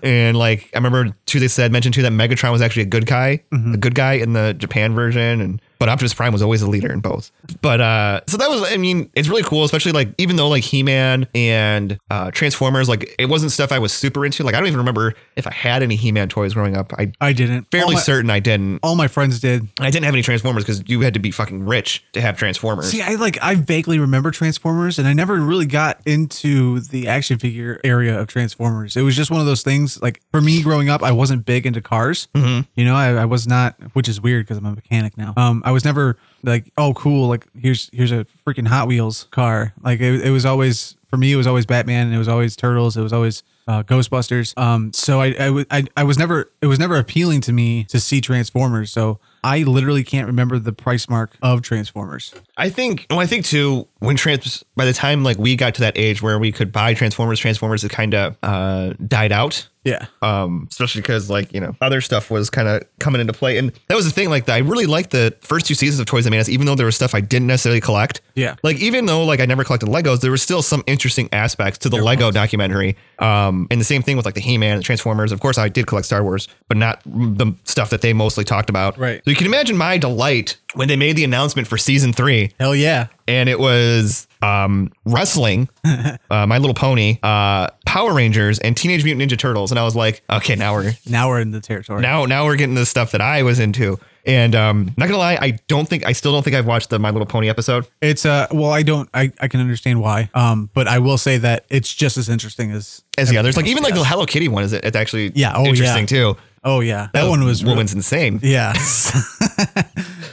S1: and like I remember too, they said mentioned too that Megatron was actually a good guy, a good guy in the Japan version, and but Optimus Prime was always a leader in both. But uh, so that was, I mean, it's really cool, especially like even though like He Man and uh, Transformers, like it wasn't stuff I was super into. Like I don't even remember if I had any He Man toys growing up. I
S2: I didn't. all
S1: fairly
S2: my,
S1: certain I didn't.
S2: all my friends did.
S1: And I didn't have any Transformers because you had to be fucking rich to have Transformers.
S2: See, I like I vaguely remember Transformers, and I never really got into the action figure area of Transformers. It was just one of those things. Like for me, growing up, I wasn't big into cars. You know, I, I was not, which is weird because I'm a mechanic now. Um, I was never like, oh, cool, like here's here's a freaking Hot Wheels car. Like it, it was always for me, it was always Batman, and it was always Turtles, it was always uh, Ghostbusters. Um, so I I, w- I I was never it was never appealing to me to see Transformers. So. I literally can't remember the price mark of Transformers.
S1: I think, well, I think too, when trans, by the time like we got to that age where we could buy Transformers, Transformers had kind of uh, died out.
S2: Yeah.
S1: um, especially because like you know other stuff was kind of coming into play, and that was the thing. Like I really liked the first two seasons of Toys That Made Us, even though there was stuff I didn't necessarily collect.
S2: Yeah.
S1: like even though like I never collected Legos, there were still some interesting aspects to the Lego documentary. Um, and the same thing with like the He Man, the Transformers. Of course, I did collect Star Wars, but not the stuff that they mostly talked about.
S2: Right.
S1: So you can imagine my delight when they made the announcement for season three
S2: Hell yeah.
S1: and it was um, wrestling, uh, My Little Pony, uh, Power Rangers, and Teenage Mutant Ninja Turtles. And I was like, okay, now we're
S2: Now we're in the territory.
S1: now now we're getting the stuff that I was into. And um, not gonna lie, I don't think I still don't think I've watched the My Little Pony episode.
S2: it's uh well I don't I, I can understand why. Um but I will say that it's just as interesting as
S1: As the others, like even like the Hello Kitty one is it's actually
S2: Yeah, oh,
S1: interesting
S2: yeah.
S1: too.
S2: Oh yeah. That one was
S1: woman's insane.
S2: Yeah.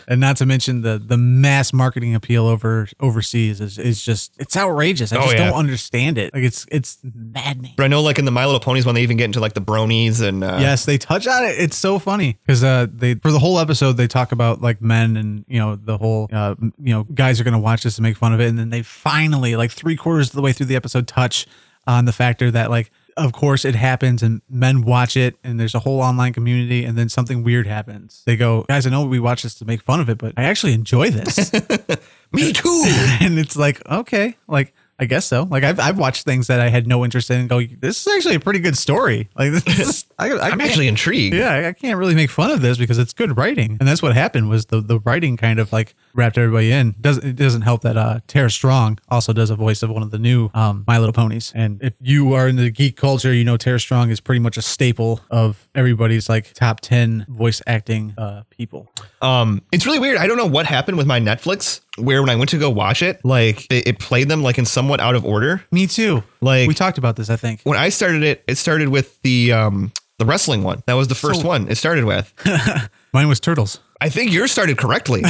S2: and not to mention the the mass marketing appeal over overseas is, is just it's outrageous. I
S1: Oh,
S2: just
S1: yeah.
S2: don't understand it. Like it's it's maddening.
S1: But I know, like in the My Little Ponies one, they even get into like the bronies and uh,
S2: Yes, they touch on it. It's so funny because uh, they for the whole episode they talk about like men and you know the whole uh, m- you know guys are gonna watch this and make fun of it, and then they finally like three quarters of the way through the episode touch on the factor that like of course it happens and men watch it and there's a whole online community and then something weird happens. They go, guys, I know we watch this to make fun of it, but I actually enjoy this,
S1: me too.
S2: and it's like okay, like. I guess so. Like I've, I've watched things that I had no interest in and go, this is actually a pretty good story. Like this is, I, I
S1: I'm
S2: can't-
S1: actually intrigued.
S2: yeah, I- I can't really make fun of this because it's good writing, and that's what happened was the the writing kind of like wrapped everybody in. Doesn't it doesn't help that uh Tara Strong also does a voice of one of the new um My Little Ponies, and if you are in the geek culture, you know Tara Strong is pretty much a staple of everybody's like top ten voice acting uh people.
S1: Um, it's really weird. I don't know what happened with my Netflix. Where when I went to go watch it, like it, it played them like in somewhat out of order.
S2: Me too.
S1: Like-
S2: we talked about this, I think.
S1: When I started it, it started with the um the wrestling one. That was the first
S2: So-
S1: one it started with.
S2: Mine was Turtles.
S1: I think yours started correctly.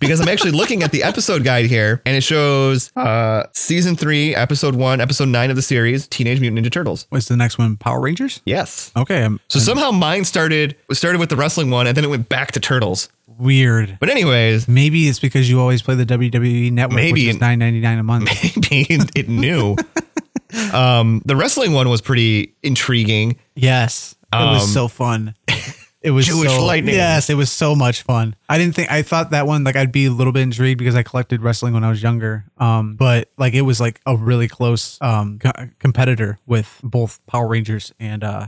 S1: Because I'm actually looking at the episode guide here, and it shows uh, season three, episode one, episode nine of the series, Teenage Mutant Ninja Turtles.
S2: What's the next one? Power Rangers.
S1: Yes.
S2: Okay, I'm
S1: So somehow mine started started with the wrestling one, and then it went back to Turtles.
S2: weird.
S1: But anyways,
S2: Maybe it's because you always play the WWE Network,
S1: Maybe.
S2: which is nine ninety nine a month.
S1: maybe it knew. um, the wrestling one was pretty intriguing.
S2: Yes. It
S1: Um,
S2: was so fun. It was
S1: Jewish
S2: so,
S1: lightning.
S2: Yes, it was so much fun. I didn't think I thought that one like I'd be a little bit intrigued because I collected wrestling when I was younger. Um, but like it was like a really close um co- competitor with both Power Rangers and uh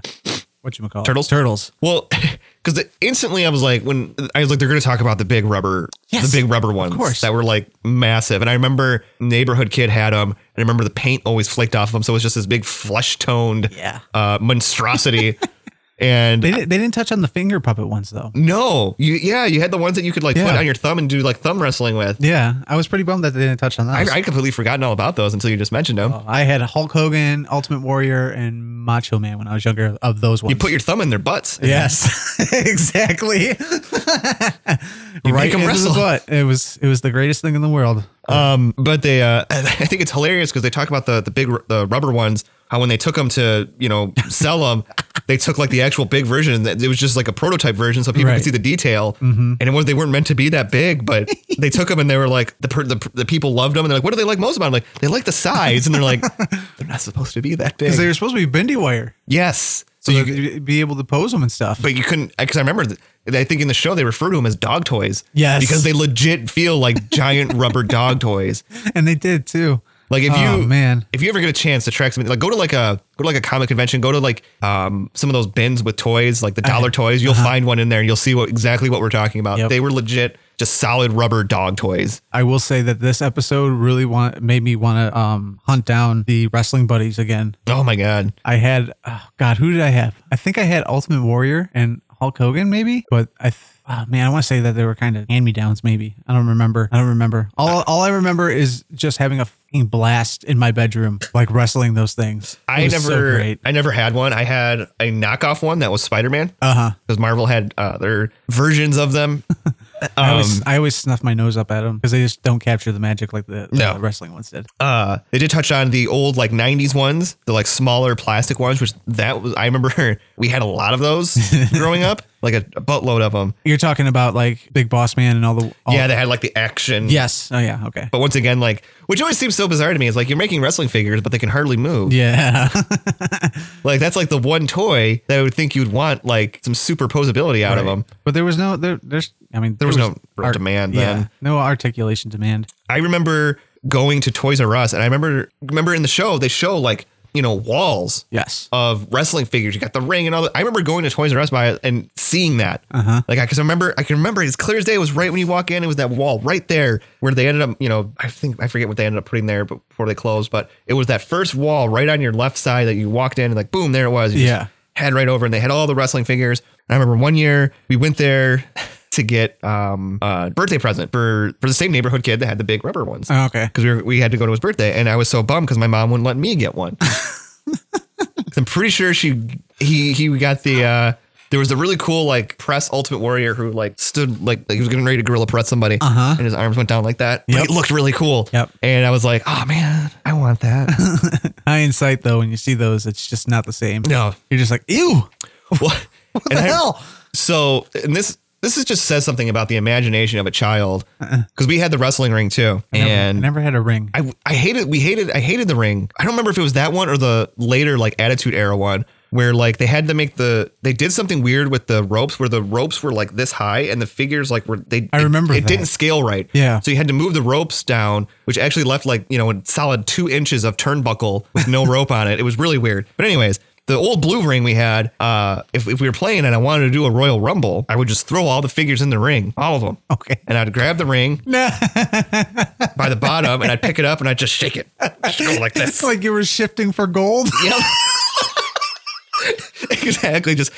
S2: what you call
S1: Turtles?
S2: Turtles.
S1: Well, because instantly I was like, when I was like, they're going to talk about the big rubber,
S2: Yes,
S1: the big rubber ones
S2: course.
S1: that were like massive. And I remember neighborhood kid had them. I remember the paint always flaked off of them, so it was just this big flesh toned
S2: Yeah.
S1: uh, monstrosity. and
S2: They didn't, they didn't touch on the finger puppet ones though.
S1: no, you yeah, you had the ones that you could like put
S2: Yeah.
S1: on your thumb and do like thumb wrestling with.
S2: Yeah, I was pretty bummed that they didn't touch on
S1: I,
S2: that. I,
S1: I completely forgotten all about those until you just mentioned them.
S2: had Hulk Hogan, Ultimate Warrior, and Macho Man when I was younger. Of those ones,
S1: You put your thumb in their butts.
S2: Yes, exactly.
S1: make 'em
S2: into
S1: wrestle.
S2: The butt. It was it was the greatest thing in the world.
S1: Um, but they, uh, I think it's hilarious because they talk about the the big ru- the rubber ones. How when they took them to you know sell them, they took like the actual big version. It was just like a prototype version, so people
S2: Right. Mm-hmm.
S1: could see the detail. And it was they weren't meant to be that big, but they took them and they were like the per, the, the people loved them. And they're like, what do they like most about? Them? Like they like the size, and they're like, they're not supposed to be that big.
S2: Because they were supposed to be bendy wire,
S1: yes.
S2: so
S1: So you,
S2: you'd be able to pose them and stuff.
S1: but you couldn't because I remember. th- I think in the show they refer to them as dog toys.
S2: Yes.
S1: because they legit feel like giant rubber dog toys.
S2: and they did too.
S1: Like if
S2: Oh,
S1: you
S2: man.
S1: if you ever get a chance to track something, like go to like a go to like a comic convention, go to like um some of those bins with toys, like the dollar toys. You'll find one in there, and you'll see what exactly what we're talking about.
S2: Uh-huh. Yep.
S1: They were legit, just solid rubber dog toys.
S2: I will say that this episode really want made me want to um, hunt down the wrestling buddies again.
S1: Oh my god!
S2: I had oh God, who did I have? I think I had Ultimate Warrior and Hulk Hogan, maybe. But I, th- oh, man, I want to say that they were kind of hand me downs, maybe. I don't remember. I don't remember. All all I remember is just having a fucking blast in my bedroom, like wrestling those things. It
S1: I
S2: was so
S1: never
S2: great.
S1: I never had one. I had a knockoff one that was Spider Man. Uh
S2: Uh-huh.
S1: Because Marvel had uh, their versions of them. um,
S2: I always, I always snuff my nose up at them because they just don't capture the magic like the,
S1: No.
S2: the wrestling ones did.
S1: Uh, they did touch on the old like '90s ones, the like smaller plastic ones, which that was. I remember we had a lot of those growing up, like a, a buttload of them.
S2: You're talking about like Big Boss Man and all the all,
S1: Yeah, they had like the action.
S2: Yes. Oh yeah. Okay.
S1: But once again, like, which always seems so bizarre to me is like you're making wrestling figures, but they can hardly move.
S2: Yeah.
S1: Like, that's like the one toy that I would think you'd want, like, some super posability out of them.
S2: But there was no there. There's. I mean, there,
S1: was no real demand then.
S2: No articulation demand.
S1: I remember going to Toys R Us, and I remember, remember in the show, they show like, you know, walls
S2: Yes.
S1: of wrestling figures. You got the ring and all that. I remember going to Toys R Us by and seeing that. Uh-huh. Like I can remember, I can remember it as clear as day. It was right when you walk in. It was that wall right there where they ended up. You know, I think I forget what they ended up putting there before they closed, but it was that first wall right on your left side that you walked in and like boom, there it was. You just
S2: Yeah.
S1: head right over, and they had all the wrestling figures. And I remember one year we went there. To get um uh birthday present for for the same neighborhood kid that had the big rubber ones
S2: Oh, okay.
S1: because we, were- we had to go to his birthday, and I was so bummed because my mom wouldn't let me get one. 'Cause I'm pretty sure she he he got the uh, There was a really cool like press Ultimate Warrior who like stood like, like he was getting ready to gorilla press somebody,
S2: Uh-huh.
S1: and his arms went down like that. But
S2: Yep.
S1: it looked really cool.
S2: Yep.
S1: And I was like, oh man, I want that.
S2: Hindsight, though, when you see those, it's just not the same.
S1: no,
S2: You're just like, ew.
S1: what? What
S2: the hell?
S1: So, and this this is just says something about the imagination of a child because we had the wrestling ring too,
S2: Uh-uh. I never-
S1: and
S2: I never had a ring.
S1: I, I hated we hated I hated the ring. I don't remember if it was that one or the later like Attitude Era one where like they had to make the they did something weird with the ropes where the ropes were like this high and the figures like were they
S2: I remember
S1: it, it
S2: that.
S1: didn't scale right.
S2: Yeah.
S1: So you had to move the ropes down, which actually left like, you know, a solid two inches of turnbuckle with no rope on it. It was really weird. But anyways, the old blue ring we had, uh, if, if we were playing and I wanted to do a Royal Rumble, I would just throw all the figures in the ring, all of them.
S2: Okay.
S1: And I'd grab the ring by the bottom and I'd pick it up and I'd just shake it. Just go like
S2: It's
S1: this.
S2: like you were shifting for gold.
S1: Yep. exactly. Just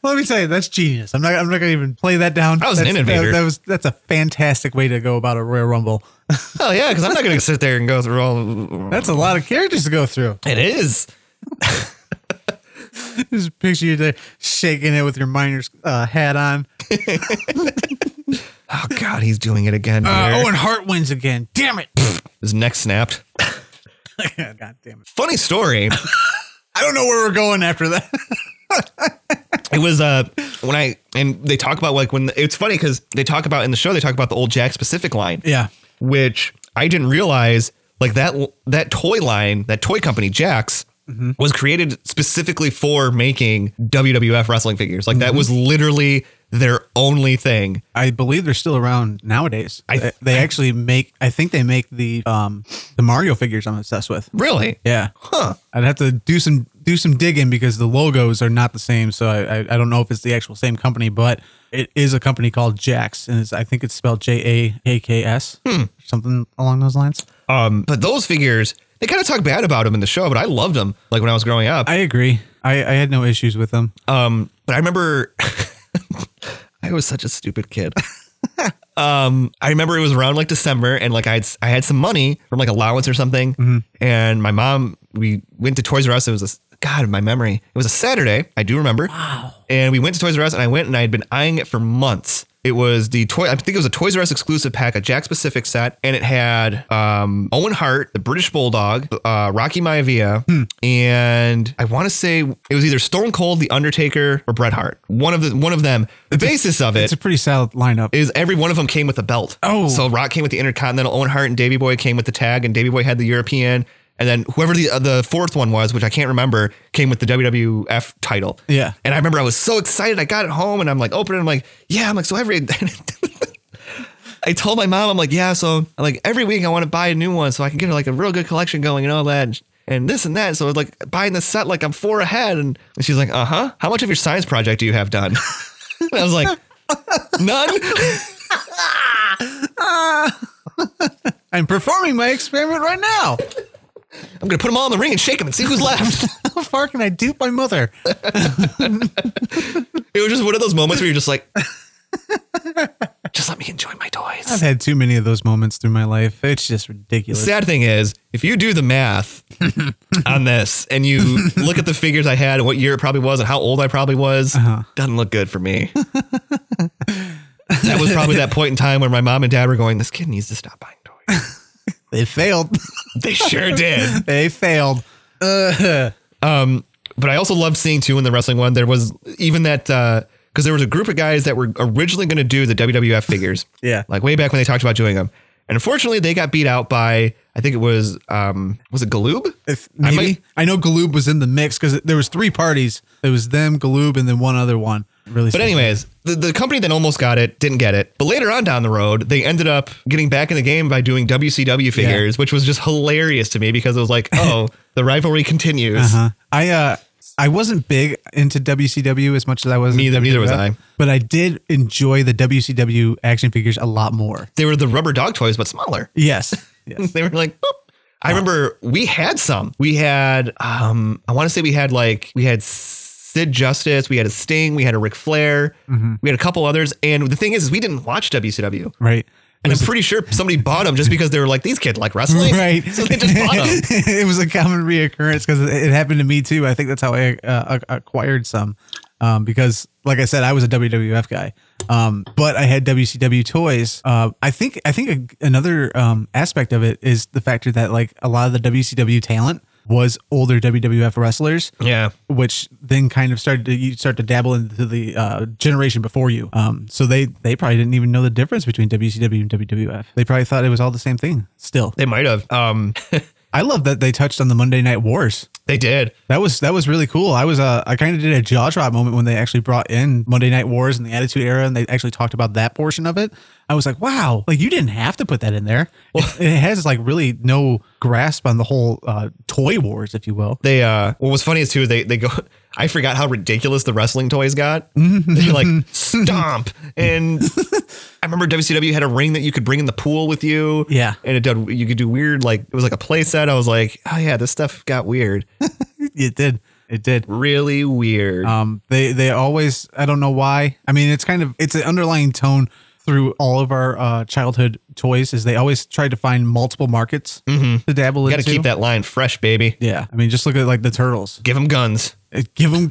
S2: Let me tell you, that's genius. I'm not. I'm not gonna even play that down.
S1: I was an
S2: that's,
S1: innovator.
S2: That, that was. That's a fantastic way to go about a Royal Rumble.
S1: oh yeah, because I'm not gonna sit there and go through all
S2: That's a lot of characters to go through.
S1: it is.
S2: Just picture you there shaking it with your miner's uh, hat on.
S1: Oh god, he's doing it again.
S2: Uh,
S1: here.
S2: Owen Hart wins again. Damn it!
S1: His neck snapped.
S2: God damn it!
S1: Funny story.
S2: I don't know where we're going after that.
S1: It was uh when I and they talk about like when it's funny because they talk about in the show they talk about the old Jack specific line.
S2: yeah.
S1: which I didn't realize like that that toy line, that toy company Jax
S2: Mm-hmm.
S1: was created specifically for making WWF wrestling figures. Like
S2: Mm-hmm.
S1: that was literally their only thing.
S2: I believe they're still around nowadays.
S1: I-
S2: they actually make. I think they make the um the Mario figures. I'm obsessed with.
S1: Really?
S2: Yeah.
S1: Huh.
S2: I'd have to do some do some digging because the logos are not the same. So I I, I don't know if it's the actual same company, but it is a company called Jax, and it's, I think it's spelled J A A K S,
S1: Hmm.
S2: something along those lines.
S1: Um, but those figures, they kind of talk bad about them in the show, but I loved them like when I was growing up.
S2: I agree. I, I had no issues with them.
S1: Um, but I remember I was such a stupid kid. um, I remember it was around like December, and like I had I had some money from like allowance or something,
S2: Mm-hmm.
S1: and my mom we went to Toys R Us. It was a God, my memory. It was a Saturday. I do remember. Wow. And we went to Toys R Us, and I went and I had been eyeing it for months. It was the toy. I think it was a Toys R Us exclusive pack, a Jack Specific set, and it had um, Owen Hart, the British Bulldog, uh, Rocky Maivia,
S2: Hmm.
S1: and I want to say it was either Stone Cold, The Undertaker, or Bret Hart. One of the one of them. The basis of it
S2: It's a pretty solid lineup.
S1: is every one of them came with a belt.
S2: Oh.
S1: so Rock came with the Intercontinental, Owen Hart and Davy Boy came with the tag, and Davy Boy had the European, and then whoever the uh, the fourth one was, which I can't remember, came with the WWF title.
S2: Yeah.
S1: and I remember I was so excited. I got it home, and I'm like opening. it, I'm like, yeah, I'm like so every. I told my mom, I'm like, yeah, so I'm like every week I want to buy a new one so I can get like a real good collection going and all that and, and this and that. So I was like buying the set like I'm four ahead. And and she's like, uh huh. How much of your science project do you have done? and I was like, none.
S2: I'm performing my experiment right now.
S1: I'm gonna put them all in the ring and shake them and see who's left.
S2: How far can I dupe my mother?
S1: it was just one of those moments where you're just like, just let me enjoy my toys.
S2: I've had too many of those moments through my life. It's just ridiculous.
S1: Sad thing is, if you do the math on this and you look at the figures I had, and what year it probably was, and how old I probably was, doesn't look good for me. that was probably that point in time where my mom and dad were going, "This kid needs to stop buying toys."
S2: They failed.
S1: they sure did.
S2: they failed.
S1: but I also loved seeing too in the wrestling one. There was even that because there was a group of guys that were originally going to do the WWF figures.
S2: Yeah.
S1: like way back when they talked about doing them, and unfortunately they got beat out by I think it was um was it Galoob?
S2: If
S1: I
S2: maybe I,
S1: might-
S2: know Galoob was in the mix because there was three parties. There was them, Galoob, and then one other one. Really,
S1: But anyways, the, the company that almost got it didn't get it. But later on down the road, they ended up getting back in the game by doing WCW figures, which was just hilarious to me because it was like, oh, the rivalry continues.
S2: Uh-huh. I uh, I wasn't big into WCW as much as I was. in
S1: Neither- neither was
S2: WWF,
S1: I.
S2: But I did enjoy the WCW action figures a lot more.
S1: They were the rubber dog toys, but smaller.
S2: Yes. yes.
S1: they were like, boop. I remember we had some. We had, um, I want to say we had like, we had Sid Justice, we had a
S2: Mm-hmm.
S1: Sting, we had a Ric Flair, we had a couple others. And the thing is, is we didn't watch WCW.
S2: Right.
S1: And I'm pretty sure somebody bought them just because they were like, these kids like wrestling.
S2: Right.
S1: So they just bought them.
S2: it was a common reoccurrence because it it happened to me too. I think that's how I uh, ac- acquired some. Um, because, like I said, I was a WWF guy, um, but I had WCW toys. Uh, I think I think a, another um, aspect of it is the factor that like a lot of the WCW talent was older WWF wrestlers
S1: Yeah.
S2: which then kind of started to you start to dabble into the uh, generation before you. Um, so they they probably didn't even know the difference between WCW and WWF. They probably thought it was all the same thing. Still,
S1: They might have. Um,
S2: I love that they touched on the Monday Night Wars.
S1: they did.
S2: That was that was really cool. I was uh, I kind of did a jaw drop moment when they actually brought in Monday Night Wars and the Attitude Era, and they actually talked about that portion of it. I was like, wow, like you didn't have to put that in there. it, it has like really no grasp on the whole uh, toy wars, if you will.
S1: They, uh, what was funny is too, they, they go, I forgot how ridiculous the wrestling toys got. They're like stomp. And I remember WCW had a ring that you could bring in the pool with you.
S2: Yeah.
S1: And it did, you could do weird, like, it was like a play set. I was like, oh yeah, this stuff got weird.
S2: It did. It did.
S1: really weird.
S2: Um, they they always I don't know why. I mean, it's kind of it's an underlying tone through all of our uh, childhood toys is they always try to find multiple markets to dabble
S1: Got to
S2: into.
S1: keep that line fresh, baby.
S2: Yeah, I mean, just look at like the turtles.
S1: Give them guns.
S2: Uh, Give them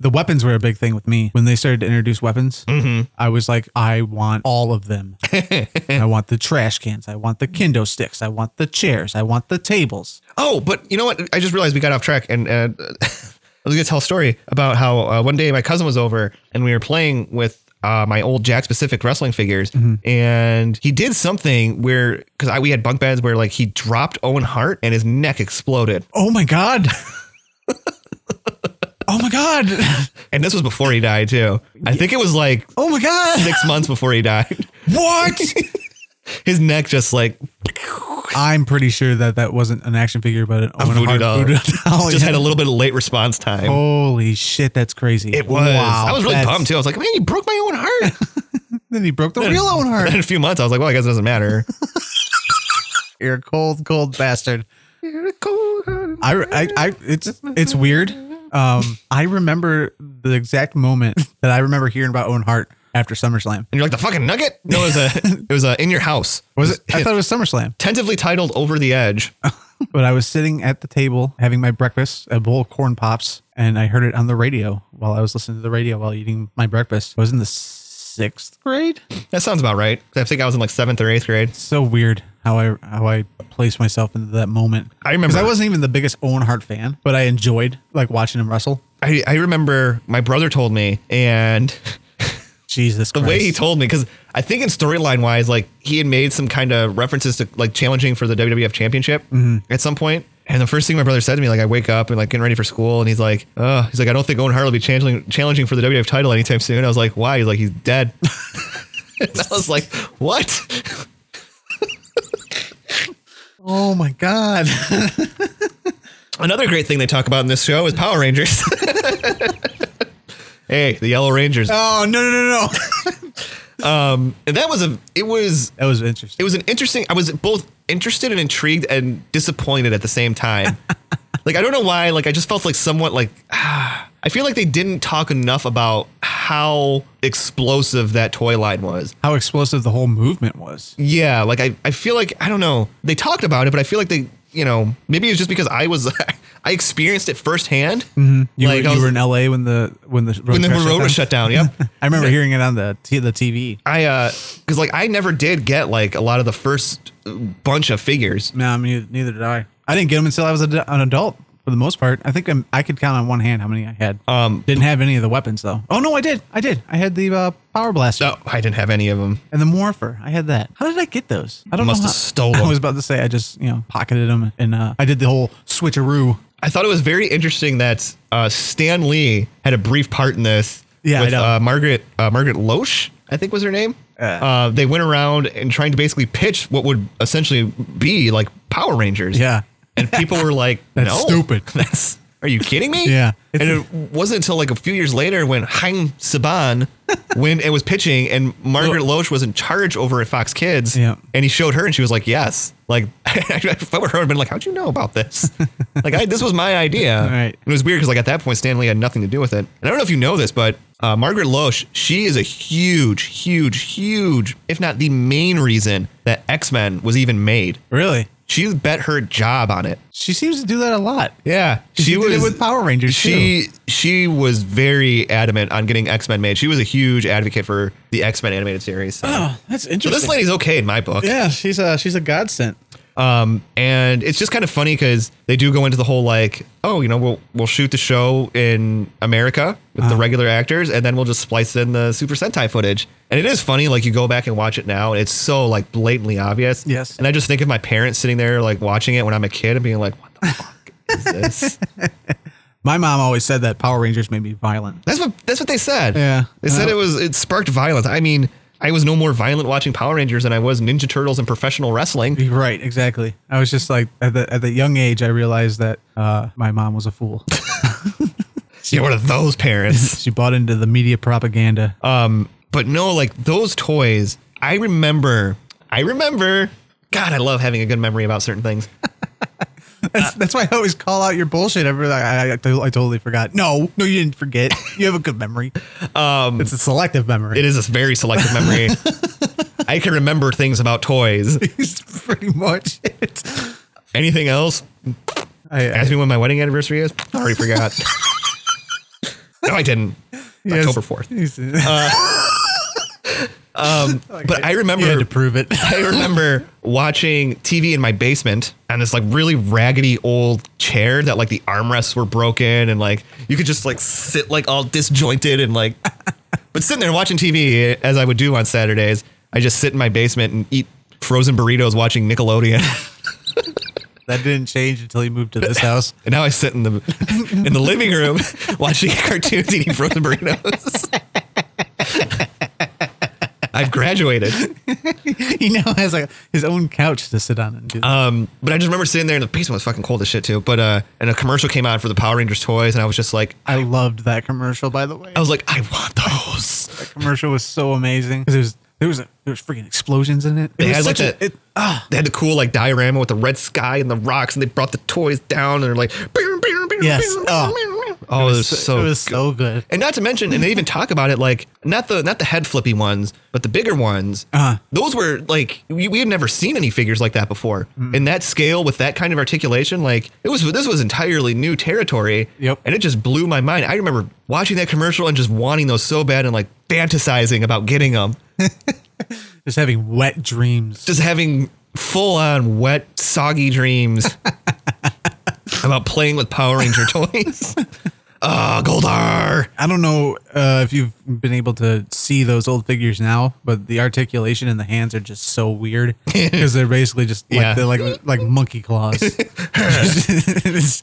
S2: the weapons were a big thing with me when they started to introduce weapons.
S1: Mm-hmm.
S2: I was like, I want all of them. I want the trash cans. I want the kendo sticks. I want the chairs. I want the tables.
S1: Oh, but you know what? I just realized we got off track, and uh, I was gonna tell a story about how uh, one day my cousin was over and we were playing with. Uh, my old Jack Pacific wrestling figures,
S2: Mm-hmm.
S1: and he did something where because we had bunk beds where like he dropped Owen Hart and his neck exploded,
S2: Oh my god. oh my god.
S1: and this was before he died too. I think it was like
S2: Oh my god.
S1: six months before he died.
S2: What?
S1: His neck just like
S2: I'm pretty sure that that wasn't an action figure, but an Owen
S1: voodoo
S2: Hart Oh,
S1: doll.
S2: voodoo doll.
S1: just had a little bit of late response time.
S2: Oh, Holy shit, that's crazy.
S1: It was. I was really bummed too. I was like, man, you broke my own heart.
S2: Then he broke the real Owen
S1: and
S2: Hart.
S1: in a few months, I was like, well, I guess it doesn't matter.
S2: You're a cold, cold bastard. I, I, I it's it's weird. Um, I remember the exact moment that I remember hearing about Owen Hart after SummerSlam.
S1: And you're like the fucking nugget? No, it was a it was a in your house.
S2: Was it? I thought it was SummerSlam,
S1: Tentatively titled Over the Edge.
S2: but I was sitting at the table having my breakfast, a bowl of corn pops, and I heard it on the radio while I was listening to the radio while eating my breakfast. I was in the sixth grade.
S1: That sounds about right. I think I was in like seventh or eighth grade.
S2: so weird how I how I placed myself into that moment.
S1: I remember-
S2: 'Cause I wasn't even the biggest Owen Hart fan, but I enjoyed like watching him wrestle.
S1: I, I remember my brother told me, and
S2: Jesus
S1: the
S2: Christ.
S1: way he told me, because I think in storyline wise, like he had made some kind of references to like challenging for the WWF championship at some point. And the first thing my brother said to me, like I wake up and like getting ready for school, and he's like, "Oh, he's like, I don't think Owen Hart will be challenging challenging for the WWF title anytime soon." I was like, "Why?" He's like, "He's dead." and I was like, "What?"
S2: oh my god.
S1: Another great thing they talk about in this show is Power Rangers. hey, the Yellow Rangers.
S2: oh no no no no.
S1: And that was a. It was.
S2: that was
S1: It
S2: interesting.
S1: was an interesting. I was both interested and intrigued and disappointed at the same time. like I don't know why. Like I just felt like somewhat like. ah. I feel like they didn't talk enough about how explosive that toy line was.
S2: how explosive the whole movement was.
S1: Yeah, like I, I feel like I don't know. They talked about it, but I feel like they, you know, maybe it's just because I was, I experienced it firsthand.
S2: You,
S1: Like,
S2: were,
S1: I
S2: you
S1: was-
S2: were in LA when the when the road
S1: when the
S2: crash
S1: road was shut down. Yep.
S2: I remember hearing it on the t- the TV.
S1: I uh, because like I never did get like a lot of the first bunch of figures.
S2: No, I mean neither did I. I didn't get them until I was a d an adult. For the most part, I think I'm, I could count on one hand how many I had.
S1: Um,
S2: didn't have any of the weapons though. Oh no, I did. I did. I had the uh, power blaster.
S1: No, Oh, I didn't have any of them.
S2: and the morpher. I had that. How did I get those? I don't
S1: Must
S2: know.
S1: have stole
S2: I was
S1: them.
S2: about to say I just you know pocketed them and uh, I did the whole switcheroo.
S1: I thought it was very interesting that uh, Stan Lee had a brief part in this.
S2: Yeah, I
S1: with,
S2: know.
S1: Uh, Margaret uh, Margaret Loesch, I think was her name. Uh, they went around and trying to basically pitch what would essentially be like Power Rangers.
S2: Yeah.
S1: and people were like,
S2: That's
S1: "No,
S2: stupid.
S1: That's are you kidding me?"
S2: Yeah.
S1: and it wasn't until like a few years later when Hein Saban when it was pitching, and Margaret Loesch was in charge over at Fox Kids.
S2: Yeah.
S1: And he showed her, and she was like, "Yes." Like, if I were her, I'd been like, "How'd you know about this?" like, I, this was my idea. And
S2: Right.
S1: it was weird because, like, at that point, Stanley had nothing to do with it. And I don't know if you know this, but uh, Margaret Loesch, she is a huge, huge, huge, if not the main reason that X Men was even made.
S2: Really?
S1: She bet her job on it.
S2: She seems to do that a lot.
S1: Yeah,
S2: She did it with Power Rangers,
S1: She she was very adamant on getting X Men made. She was a huge advocate for the X Men animated series. So.
S2: Oh, that's
S1: So
S2: interesting.
S1: this lady's okay in my book, Um,
S2: yeah, she's a she's a godsend.
S1: and it's just kind of funny because they do go into the whole like, oh, you know, we'll we'll shoot the show in America with
S2: Ah.
S1: the regular actors, and then we'll just splice in the Super Sentai footage. And it is funny, like you go back and watch it now, and it's so like blatantly obvious.
S2: Yes.
S1: and I just think of my parents sitting there like watching it when I'm a kid and being like, what the fuck is this?
S2: My mom always said that Power Rangers made me violent.
S1: That's what that's what they said.
S2: Yeah.
S1: they said it was it sparked violence. I mean, I was no more violent watching Power Rangers than I was Ninja Turtles and professional wrestling.
S2: Right, exactly. I was just like at the at the young age, I realized that uh, my mom was a fool.
S1: You're one of those parents.
S2: she bought into the media propaganda.
S1: um, but no, like those toys. I remember. I remember. God, I love having a good memory about certain things.
S2: that's, that's why I always call out your bullshit. Every I, I, I totally forgot. No, no, you didn't forget. You have a good memory. Um, it's a selective memory.
S1: It is a very selective memory. I can remember things about toys.
S2: is pretty much it.
S1: Anything else?
S2: I, I,
S1: Ask me when my wedding anniversary is. I already forgot. no, I didn't.
S2: yes.
S1: October fourth.
S2: Uh, um,
S1: But I
S2: you had
S1: remember
S2: to prove it.
S1: I remember watching TV in my basement on this like really raggedy old chair that like the armrests were broken and like you could just like sit like all disjointed and like but sitting there watching TV as I would do on Saturdays, I just sit in my basement and eat frozen burritos watching Nickelodeon.
S2: That didn't change until you moved to this house.
S1: And now I sit in the in the living room watching cartoons eating frozen burritos. I've graduated.
S2: he now has like his own couch to sit on and do.
S1: Um, but I just remember sitting there in the basement was fucking cold as shit too. But uh, and a commercial came out for the Power Rangers toys, and I was just like,
S2: I Oh. loved that commercial, by the way.
S1: I was like, I want those.
S2: That commercial was so amazing 'Cause there was there was a, there was freaking explosions in it. It
S1: They
S2: was
S1: had like
S2: such a-
S1: the,
S2: it- ah,
S1: they had the cool like diorama with the red sky and the rocks, and they brought the toys down and they're like, "Bing, bing, bing,
S2: Yes.
S1: bing,
S2: Oh.
S1: bing." oh, it was so.
S2: it was so good.
S1: and not to mention, and they even talk about it like not the not the head flippy ones, but the bigger ones.
S2: Uh-huh.
S1: Those were like we, we had never seen any figures like that before.
S2: Mm.
S1: In that scale with that kind of articulation, like it was this was entirely new territory.
S2: Yep.
S1: And it just blew my mind. I remember watching that commercial and just wanting those so bad and like fantasizing about getting them.
S2: Just having wet dreams.
S1: Just having full on wet, soggy dreams about playing with Power Ranger toys. Ah, Goldar.
S2: I don't know uh, if you've been able to see those old figures now, but the articulation and the hands are just so weird because they're basically just like
S1: Yeah.
S2: they're like like monkey claws. It's-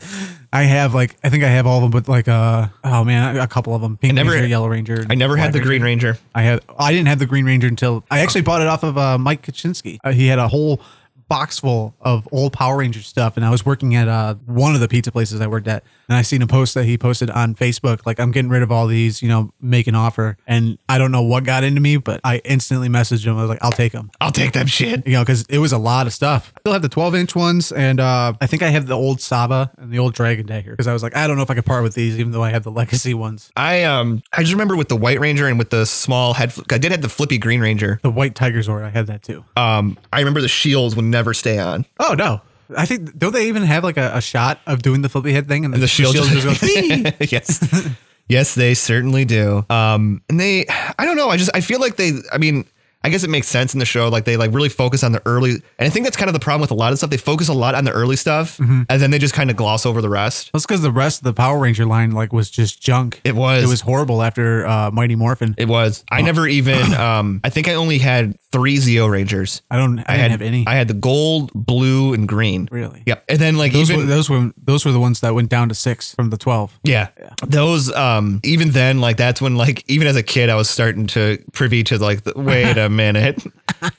S2: I have like I think I have all of them, but like uh oh man, a couple of them. Pink
S1: never-
S2: Ranger, Yellow Ranger.
S1: I never had
S2: Black
S1: the Green Ranger.
S2: I had I didn't have the Green Ranger until I actually bought it off of uh, Mike Kaczynski. Uh, he had a whole box full of old Power Ranger stuff, and I was working at uh, one of the pizza places I worked at, and I seen a post that he posted on Facebook, like I'm getting rid of all these, you know, make an offer, and I don't know what got into me, but I instantly messaged him. I was like, I'll take them.
S1: I'll take that shit.
S2: You know, because it was a lot of stuff. I still have the 12 inch ones, and uh, I think I have the old Saba and the old Dragon Dagger. Because I was like, I don't know if I could part with these, even though I have the legacy ones.
S1: I um I just remember with the White Ranger and with the small head. fl- I did have the flippy Green Ranger.
S2: The White Tiger's Zord, I had that too.
S1: Um, I remember the shields would never stay on.
S2: Oh no. I think don't they even have like a, a shot of doing the flippy head thing and, the, shield, just goes "Whee!"
S1: yes, yes, they certainly do. Um, and they, I don't know. I just I feel like they. I mean. I guess it makes sense in the show. Like they like really focus on the early, and I think that's kind of the problem with a lot of stuff. They focus a lot on the early stuff,
S2: Mm-hmm.
S1: and then they just kind of gloss over the rest.
S2: That's because the rest of the Power Ranger line like was just junk.
S1: It was.
S2: It was horrible after uh, Mighty Morphin.
S1: It was. I never even. Um, I think I only had three Zeo Rangers.
S2: I don't. I,
S1: I
S2: didn't
S1: had
S2: have any.
S1: I had the gold, blue, and green.
S2: Really?
S1: Yep. And then like
S2: those
S1: even
S2: were those were those were the ones that went down to six from the twelve.
S1: Yeah. Those um even then like that's when like even as a kid I was starting to privy to like the, wait a minute.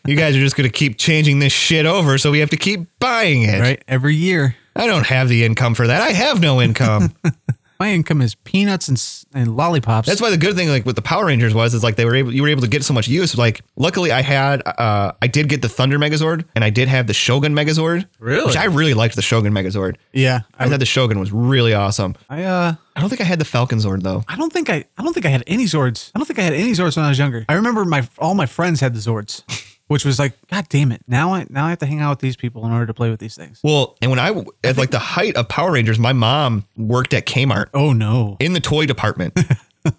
S1: You guys are just going to keep changing this shit over so we have to keep buying it.
S2: Right. Every year.
S1: I don't have the income for that. I have no income.
S2: My income is peanuts and s- and lollipops.
S1: That's why the good thing, like with the Power Rangers, was is like they were able, you were able to get so much use. Like, luckily, I had, uh, I did get the Thunder Megazord, and I did have the Shogun Megazord.
S2: Really?
S1: Which I really liked the Shogun Megazord.
S2: yeah. I,
S1: I thought the Shogun was really awesome.
S2: I uh
S1: I don't think I had the Falcon Zord though.
S2: I don't think I I don't think I had any Zords. I don't think I had any Zords when I was younger. I remember my all my friends had the Zords, which was like, God damn it! Now I now I have to hang out with these people in order to play with these things.
S1: Well, and when I at like the height of Power Rangers, my mom worked at Kmart
S2: Oh no!
S1: in the toy department.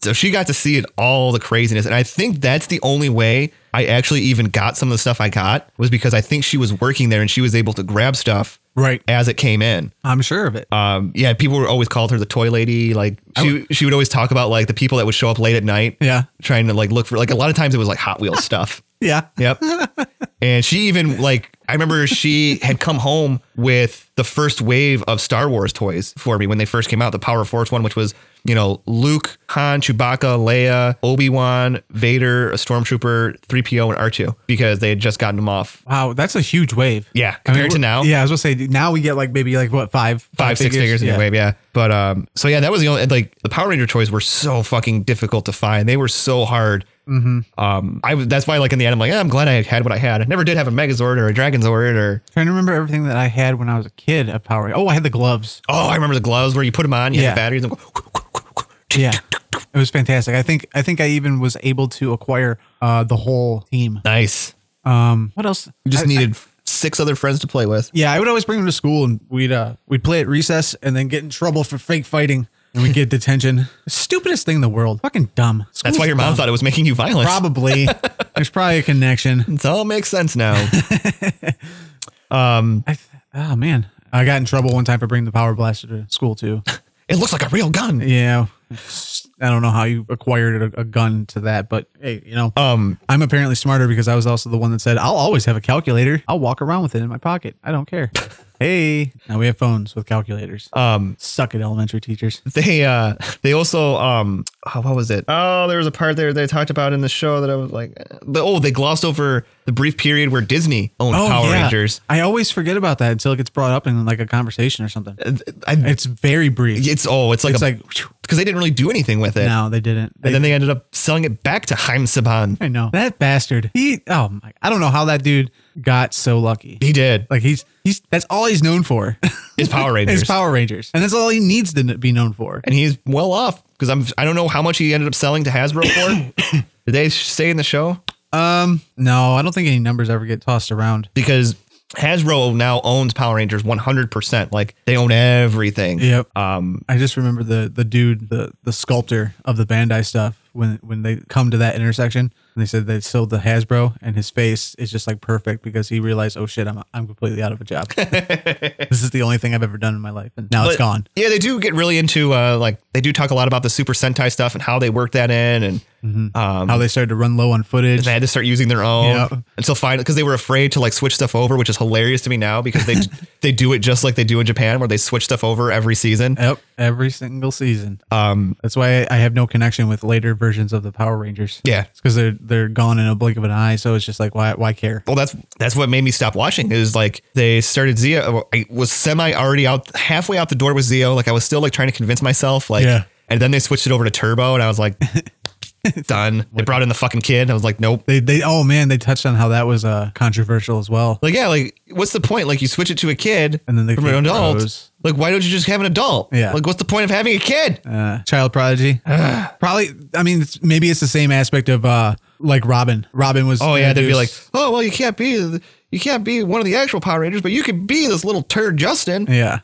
S1: so she got to see it all the craziness. And I think that's the only way I actually even got some of the stuff I got was because I think she was working there and she was able to grab stuff
S2: Right.
S1: as it came in.
S2: I'm sure of it.
S1: Um, yeah, people were always called her the toy lady. Like she, she would always talk about like the people that would show up late at night.
S2: Yeah.
S1: Trying to like look for like a lot of times it was like Hot Wheels stuff.
S2: yeah.
S1: Yep. and she even like I remember she had come home with the first wave of Star Wars toys for me when they first came out, the Power Force one, which was, you know, Luke, Han, Chewbacca, Leia, Obi-Wan, Vader, a Stormtrooper, 3PO, and R2, because they had just gotten them off.
S2: Wow, that's a huge wave.
S1: Yeah.
S2: I mean,
S1: Compared to now.
S2: Yeah, I was gonna say now we get like maybe like what five,
S1: Five, six figures, in
S2: yeah.
S1: a wave, yeah. But um, so yeah, that was the only like the Power Ranger toys were so fucking difficult to find. They were so hard. Um, I was that's why like in the end I'm like, "Eh, I'm glad I had what I had. I never did have a Megazord or a Dragonzord or
S2: Trying to remember everything that I had when I was a kid of Power. Rangers. Oh, I had the gloves.
S1: Oh, I remember the gloves where you put them on, you
S2: Yeah.
S1: had the batteries, and go,
S2: Yeah, it was fantastic. I think I think I even was able to acquire uh, the whole team.
S1: nice.
S2: Um, what else?
S1: You just needed six other friends to play with.
S2: Yeah, I would always bring them to school, and we'd uh, we'd play at recess, and then get in trouble for fake fighting, and we would get detention. Stupidest thing in the world. Fucking dumb.
S1: That's why your mom thought it was making you violent.
S2: Probably. There's probably a connection.
S1: It all makes sense now.
S2: I th- oh man, I got in trouble one time for bringing the power blaster to school too.
S1: it looks like a real gun.
S2: Yeah. I don't know how you acquired a, a gun to that, but hey, you know,
S1: Um,
S2: I'm apparently smarter because I was also the one that said, I'll always have a calculator. I'll walk around with it in my pocket. I don't care. hey, now we have phones with calculators.
S1: um,
S2: Suck it, elementary teachers.
S1: they uh, they also um, oh, what was it? Oh, there was a part there they talked about in the show that I was like, eh. But, oh, they glossed over the brief period where Disney owned Power
S2: Oh, yeah.
S1: Rangers.
S2: I always forget about that until it gets brought up in like a conversation or something.
S1: I,
S2: It's very brief.
S1: it's oh, it's like
S2: It's
S1: a,
S2: like,
S1: because they didn't really do anything with it,
S2: no, they didn't. They-
S1: and then they ended up selling it back to Haim Saban.
S2: I know. That bastard. He, oh my, I don't know how that dude got so lucky.
S1: He did.
S2: Like he's, he's, that's all he's known for.
S1: His Power Rangers.
S2: His Power Rangers, and that's all he needs to be known for.
S1: and he's well off because I'm I don't know how much he ended up selling to Hasbro for. Did they say in the show?
S2: Um, no, I don't think any numbers ever get tossed around.
S1: Because Hasbro now owns Power Rangers 100%. Like they own everything.
S2: Yep. Um, I just remember the the dude, the the sculptor of the Bandai stuff. When when they come to that intersection, and they said they sold the Hasbro, and his face is just like perfect because he realized, oh shit, I'm I'm completely out of a job. this is the only thing I've ever done in my life, and now it's
S1: But,
S2: gone.
S1: Yeah, they do get really into uh like they do talk a lot about the Super Sentai stuff and how they work that in and um
S2: How they started to run low on footage.
S1: they had to start using their own
S2: Yep.
S1: and so finally because they were afraid to like switch stuff over, which is hilarious to me now because they they do it just like they do in Japan where they switch stuff over every season.
S2: Yep, every single season. Um, that's why I have no connection with later versions of the Power Rangers.
S1: Yeah.
S2: it's because they're they're gone in a blink of an eye. So it's just like why why care?
S1: well that's that's what made me stop watching is like they started Zio uh, I was semi already out halfway out the door with Zio like I was still like trying to convince myself like
S2: Yeah.
S1: and then they switched it over to Turbo and I was like done they brought in the fucking kid I was like nope
S2: They they oh man they touched on how that was uh controversial as well.
S1: like yeah like what's the point like you switch it to a kid
S2: And then they
S1: from an
S2: came
S1: adult
S2: pros.
S1: like why don't you just have an adult
S2: Yeah.
S1: like what's the point of having a kid
S2: Uh, child prodigy. Probably I mean it's, maybe it's the same aspect of uh like Robin. Robin was
S1: oh yeah they'd be like
S2: introduced-
S1: oh well you can't be the- you can't be one of the actual Power Rangers but you could be this little turd Justin
S2: yeah.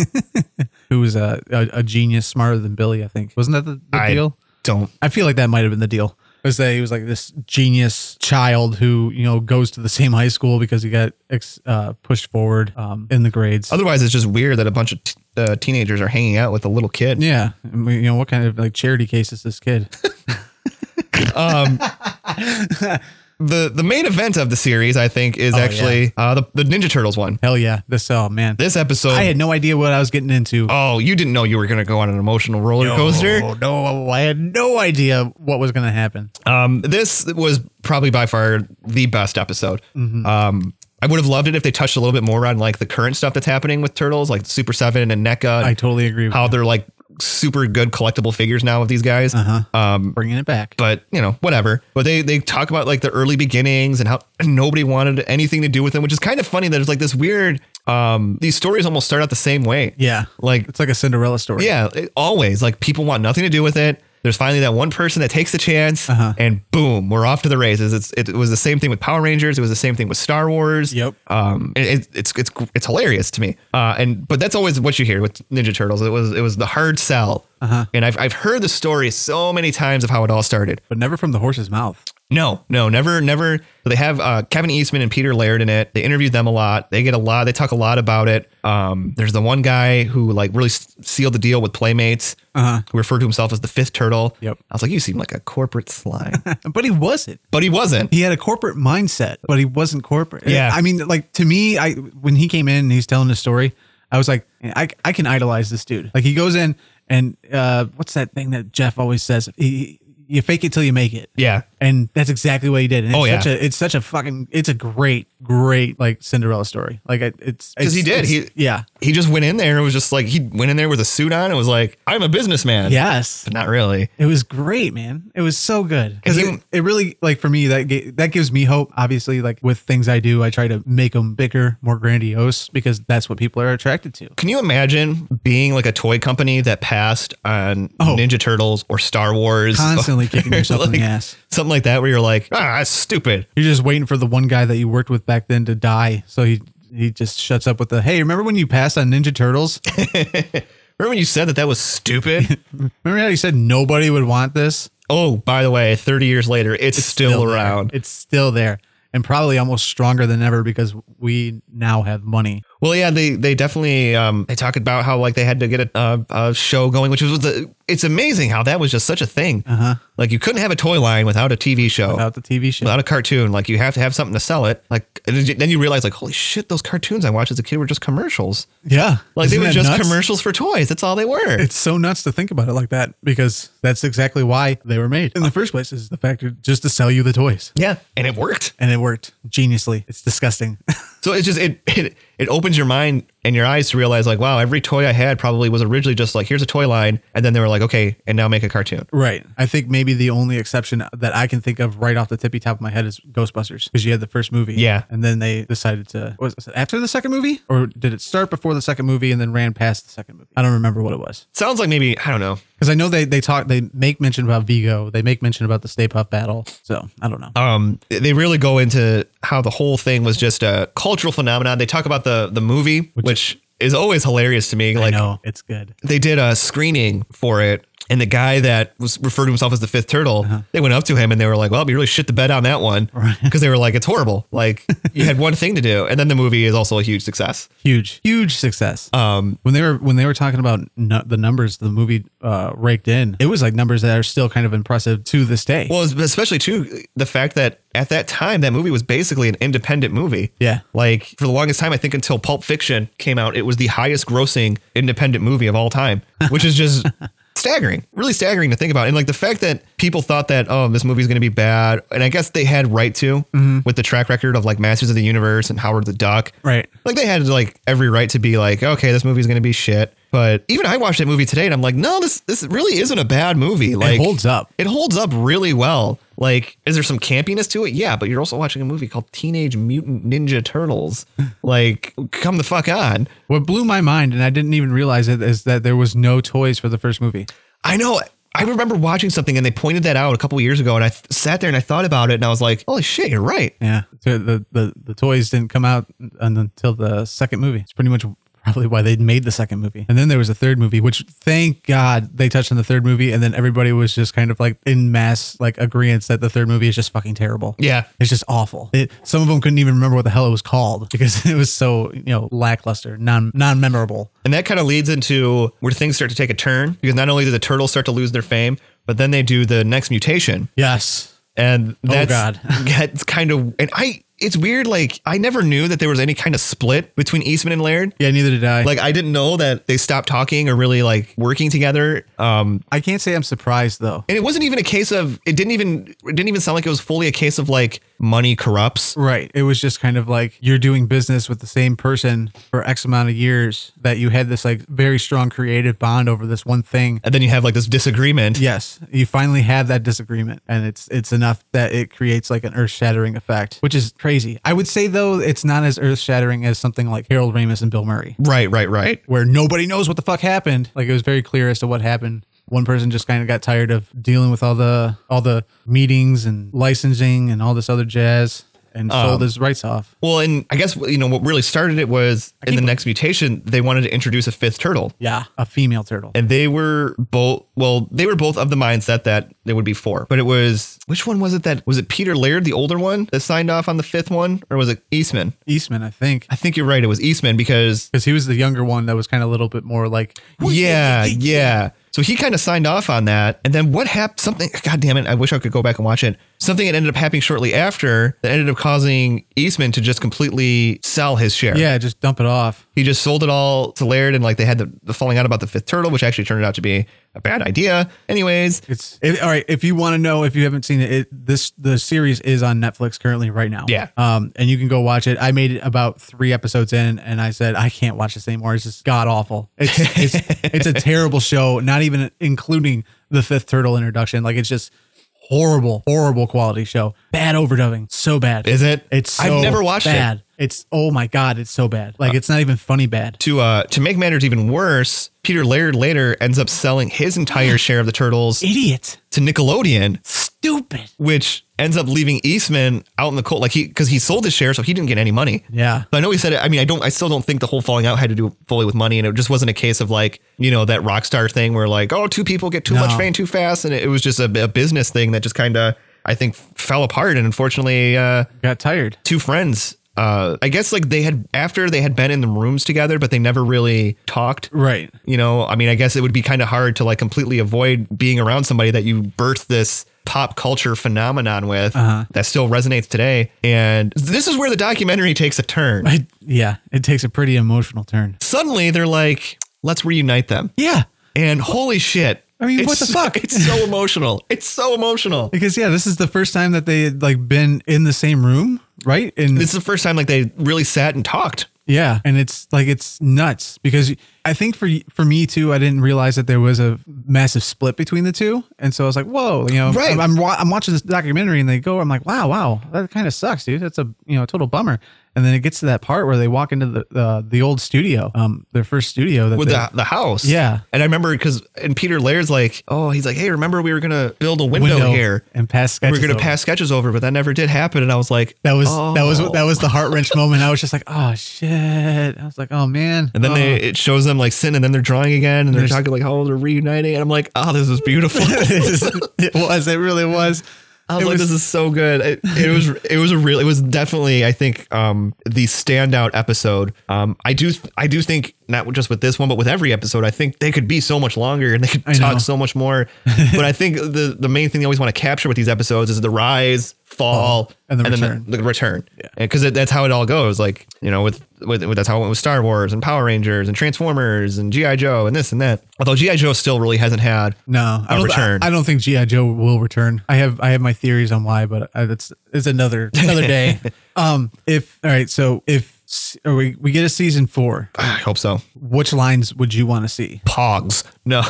S2: Who was a, a a genius smarter than Billy? I think wasn't that the, the
S1: I
S2: deal?
S1: don't
S2: I feel like that might have been the deal. Was that he was like this genius child who you know goes to the same high school because he got ex, uh, pushed forward um, in the grades.
S1: otherwise it's just weird that a bunch of t- uh, teenagers are hanging out with a little kid
S2: Yeah, I mean, you know what kind of like charity case is this kid?
S1: the the main event of the series, I think,
S2: Oh,
S1: is actually uh, the the Ninja Turtles one.
S2: Hell yeah, this oh man,
S1: This episode,
S2: I had no idea what I was getting into.
S1: oh, you didn't know you were going to go on an emotional roller coaster.
S2: Oh, no, I had no idea what was gonna happen.
S1: Um, this was probably by far the best episode.
S2: Mm-hmm.
S1: Um, I would have loved it if they touched a little bit more on like the current stuff that's happening with Turtles, like Super Seven and NECA.
S2: I totally agree. With
S1: how they're like super good collectible figures now of these guys.
S2: Uh-huh.
S1: Um,
S2: bringing it back.
S1: but you know, whatever. But they they talk about like the early beginnings and how nobody wanted anything to do with them, which is kind of funny that it's like this weird. Um, these stories almost start out the same way.
S2: yeah,
S1: Like
S2: it's like a Cinderella story.
S1: yeah, it- always like people want nothing to do with it. There's finally that one person that takes the chance,
S2: Uh-huh.
S1: and boom, we're off to the races. It's it was the same thing with Power Rangers. It was the same thing with Star Wars.
S2: Yep.
S1: Um, it, it- it's it's it's hilarious to me. Uh, and but that's always what you hear with Ninja Turtles. It was it was the hard sell. Uh-huh. And I've I've heard the story so many times of how it all started.
S2: but never from the horse's mouth.
S1: No, no, never, never. So they have uh, Kevin Eastman and Peter Laird in it. They interviewed them a lot. They get a lot. They talk a lot about it. Um, there's the one guy who like really s- sealed the deal with Playmates,
S2: Uh-huh.
S1: who referred to himself as the Fifth Turtle.
S2: Yep.
S1: I was like, you seem like a corporate slime,
S2: But he wasn't.
S1: but he wasn't.
S2: He had a corporate mindset, but he wasn't corporate.
S1: Yeah.
S2: I mean, like to me, I when he came in and he's telling the story, I was like, I, I can idolize this dude. Like he goes in and uh, what's that thing that Jeff always says? He, you fake it till you make it.
S1: Yeah.
S2: And that's exactly what he did. And it's
S1: Oh, yeah.
S2: Such a, it's such a fucking. It's a great, great like Cinderella story. Like it, it's
S1: Because he
S2: it's-
S1: did. He
S2: it's- yeah.
S1: He just went in there and was just like he went in there with a suit on and was like, I'm a businessman.
S2: Yes.
S1: But not really.
S2: It was great, man. It was so good because
S1: Because
S2: it, it really like for me that ga- that gives me hope. Obviously, like with things I do, I try to make them bigger, more grandiose because that's what people are attracted to.
S1: Can you imagine being like a toy company that passed on
S2: Oh.
S1: Ninja Turtles or Star Wars?
S2: Constantly kicking yourself in the ass.
S1: Something like that, where you're like, ah, that's stupid.
S2: You're just waiting for the one guy that you worked with back then to die, so he he just shuts up with the hey, remember when you passed on Ninja Turtles?
S1: Remember when you said that that was stupid?
S2: remember how you said nobody would want this?
S1: oh, by the way, 30 years later, it's, still,
S2: there.
S1: around.
S2: It's still there, and probably almost stronger than ever because we now have money.
S1: Well, yeah, they they definitely um, they talk about how like they had to get a, uh, a show going, which was the, it's amazing how that was just such a thing. Uh-huh. Like you couldn't have a toy line without a TV show.
S2: Without the TV show,
S1: Without a cartoon, like you have to have something to sell it. Like and then you- then you realize, like holy shit, those cartoons I watched as a kid were just commercials.
S2: yeah,
S1: Like
S2: Isn't
S1: they were
S2: that
S1: just
S2: nuts?
S1: commercials for toys. That's all they were.
S2: It's so nuts to think about it like that because that's exactly why they were made in the first place. Is the fact that- just to sell you the toys,
S1: yeah, and it worked.
S2: and it worked geniusly. It's disgusting.
S1: So it's just it, it it opens your mind and your eyes to realize like wow every toy I had probably was originally just like here's a toy line and then they were like okay and now make a cartoon.
S2: right. I think maybe the only exception that I can think of right off the tippy top of my head is Ghostbusters because you had the first movie,
S1: Yeah.
S2: and then they decided to what was it after the second movie or did it start before the second movie and then ran past the second movie? I don't remember what it was
S1: Sounds like maybe I don't know.
S2: because I know they they talk they make mention about Vigo, they make mention about the Stay Puft battle, so I don't know.
S1: Um, they really go into how the whole thing was just a cultural phenomenon. They talk about the the movie which, is always hilarious to me.
S2: I
S1: Like
S2: know it's good.
S1: they did a screening for it. And the guy that was referred to himself as the fifth turtle,
S2: Uh-huh.
S1: they went up to him and they were like, "Well, we really shit the bed on that one," because they were like, "It's horrible. Like you had one thing to do." And then the movie is also a huge success.
S2: huge huge success um when they were when they were talking about nu- the numbers the movie uh raked in it was like numbers that are still kind of impressive to this day
S1: Well, especially too the fact that at that time that movie was basically an independent movie.
S2: Yeah.
S1: Like for the longest time, I think until Pulp Fiction came out, it was the highest grossing independent movie of all time, which is just staggering, really staggering to think about. And like the fact that people thought that oh this movie's going to be bad, and I guess they had right to with the track record of like Masters of the Universe and Howard the Duck.
S2: right
S1: Like they had like every right to be like, okay, this movie's gonna be shit. But even I watched that movie today, and I'm like, no, this this really isn't a bad movie. Like
S2: holds up.
S1: It holds up really well. Like, is there some campiness to it? Yeah, but you're also watching a movie called Teenage Mutant Ninja Turtles. like, come the fuck on.
S2: what blew my mind and i didn't even realize it is that there was no toys for the first movie
S1: I know. I remember watching something and they pointed that out a couple years ago, and I th- sat there and I thought about it, and I was like, holy shit, you're right.
S2: yeah so the the, the toys didn't come out un- until the second movie it's pretty much Probably why they made the second movie, and then there was a third movie, which thank God they touched on the third movie, and then everybody was just kind of like in mass like agreement that the third movie is just fucking terrible.
S1: Yeah.
S2: It's just awful. It, some of them couldn't even remember what the hell it was called because it was so you know lackluster, non non memorable.
S1: And that kind of leads into where things start to take a turn because not only do the turtles start to lose their fame, but then they do the next mutation.
S2: Yes,
S1: And that's,
S2: God.
S1: that's kind of, and I, it's weird. Like I never knew that there was any kind of split between Eastman and Laird.
S2: yeah. Neither did I.
S1: Like I didn't know that they stopped talking or really like working together. Um,
S2: I can't say I'm surprised though.
S1: and it wasn't even a case of, it didn't even, it didn't even sound like it was fully a case of like, money corrupts.
S2: Right. It was just kind of like you're doing business with the same person for X amount of years that you had this like very strong creative bond over this one thing.
S1: And then you have like this disagreement.
S2: Yes, you finally have that disagreement and it's it's enough that it creates like an earth-shattering effect, which is crazy. I would say though it's not as earth-shattering as something like Harold Ramis and Bill Murray,
S1: Right, right, right.
S2: where nobody knows what the fuck happened. Like it was very clear as to what happened. One person just kind of got tired of dealing with all the all the meetings and licensing and all this other jazz and sold his rights off.
S1: Well, and I guess you know what really started it was in the next mutation they wanted to introduce a fifth turtle.
S2: Yeah, a female turtle.
S1: and they were both well they were both of the mindset that there would be four but it was which one was it that was it peter laird the older one that signed off on the fifth one or was it eastman
S2: Eastman, I think,
S1: i think you're right it was eastman because
S2: because he was the younger one that was kind of a little bit more like
S1: yeah yeah so he kind of signed off on that and then what happened something god damn it i wish i could go back and watch it something that ended up happening shortly after that ended up causing eastman to just completely sell his share
S2: yeah, just dump it off.
S1: He just sold it all to Laird and like they had the, the falling out about the fifth turtle, which actually turned out to be a bad idea. Anyways,
S2: It's it, all right. If you want to know, if you haven't seen it, it, this the series is on Netflix currently right now.
S1: Yeah.
S2: um, and you can go watch it. I made it about three episodes in, and I said I can't watch this anymore. It's just god awful. It's it's, it's a terrible show. Not even including the fifth turtle introduction. Like it's just horrible, horrible quality show. Bad overdubbing, so bad.
S1: Is it?
S2: It's so
S1: I've never watched it. Uh,
S2: bad. It's oh my god, it's so bad. Like it's not even funny bad.
S1: to uh to make matters even worse, Peter Laird later ends up selling his entire share of the turtles
S2: Idiot.
S1: to Nickelodeon,
S2: Stupid.
S1: which ends up leaving Eastman out in the cold. Like he because he sold his share, so he didn't get any money.
S2: Yeah.
S1: But I know he said it. I mean, I don't. I still don't think the whole falling out had to do fully with money, and it just wasn't a case of like you know that rock star thing where like oh two people get too much
S2: No.
S1: fame too fast, and it, it was just a, a business thing that just kind of I think fell apart. And unfortunately, uh,
S2: Got tired.
S1: two friends. Uh, I guess like they had after they had been in the rooms together, but they never really talked.
S2: Right.
S1: You know, I mean, I guess it would be kind of hard to like completely avoid being around somebody that you birthed this pop culture phenomenon with
S2: Uh-huh.
S1: that still resonates today. And this is where the documentary takes a turn.
S2: I, yeah. It takes a pretty emotional turn.
S1: Suddenly, they're like, "Let's reunite them,"
S2: Yeah.
S1: and holy shit!
S2: I mean,
S1: it's,
S2: what the fuck?
S1: It's so emotional. It's so emotional.
S2: Because yeah, this is the first time that they had like been in the same room, right? And
S1: This is the first time like they really sat and talked.
S2: yeah, and it's like it's nuts because I think for for me too, I didn't realize that there was a massive split between the two, and so I was like, whoa, you know,
S1: Right.
S2: I'm I'm, wa- I'm watching this documentary and they go, I'm like, wow, wow, that kind of sucks, dude. That's a you know total bummer. And then it gets to that part where they walk into the uh, the old studio, um, their first studio that
S1: with
S2: they,
S1: the, the house.
S2: Yeah.
S1: And I remember because and Peter Laird's like, oh, he's like, hey, remember we were gonna build a window,
S2: window
S1: here.
S2: and pass
S1: We
S2: sketches.
S1: were gonna
S2: over.
S1: pass sketches over, but that never did happen. And I was like,
S2: That was that was
S1: oh.
S2: that was the heart wrench moment. I was just like, oh shit. I was like, oh man.
S1: And then
S2: oh.
S1: they it shows them like sitting and then they're drawing again and they're
S2: There's-
S1: talking like how they're reuniting. And I'm like, oh, this is beautiful.
S2: it was. It really was.
S1: I was
S2: It
S1: like,
S2: was-
S1: this is so good. It, it was it was a real it was definitely I think um the standout episode. Um I do I do think not just with this one but with every episode I think they could be so much longer and they could
S2: know.
S1: talk so much more. but I think the the main thing they always want to capture with these episodes is the rise, fall,
S2: and the
S1: then
S2: return.
S1: the, the return. Because that's how it all goes. Like you know with, with with that's how it went with Star Wars and Power Rangers and Transformers and GI Joe and this and that. Although GI Joe still really hasn't had
S2: No, I
S1: a
S2: don't.
S1: return.
S2: I, I don't think GI Joe will return. I have I have my theories on why, but I, that's it's another another day. um, if all right, so if s- or we we get a season four,
S1: I hope so.
S2: which lines would you want to see?
S1: Pogs. No.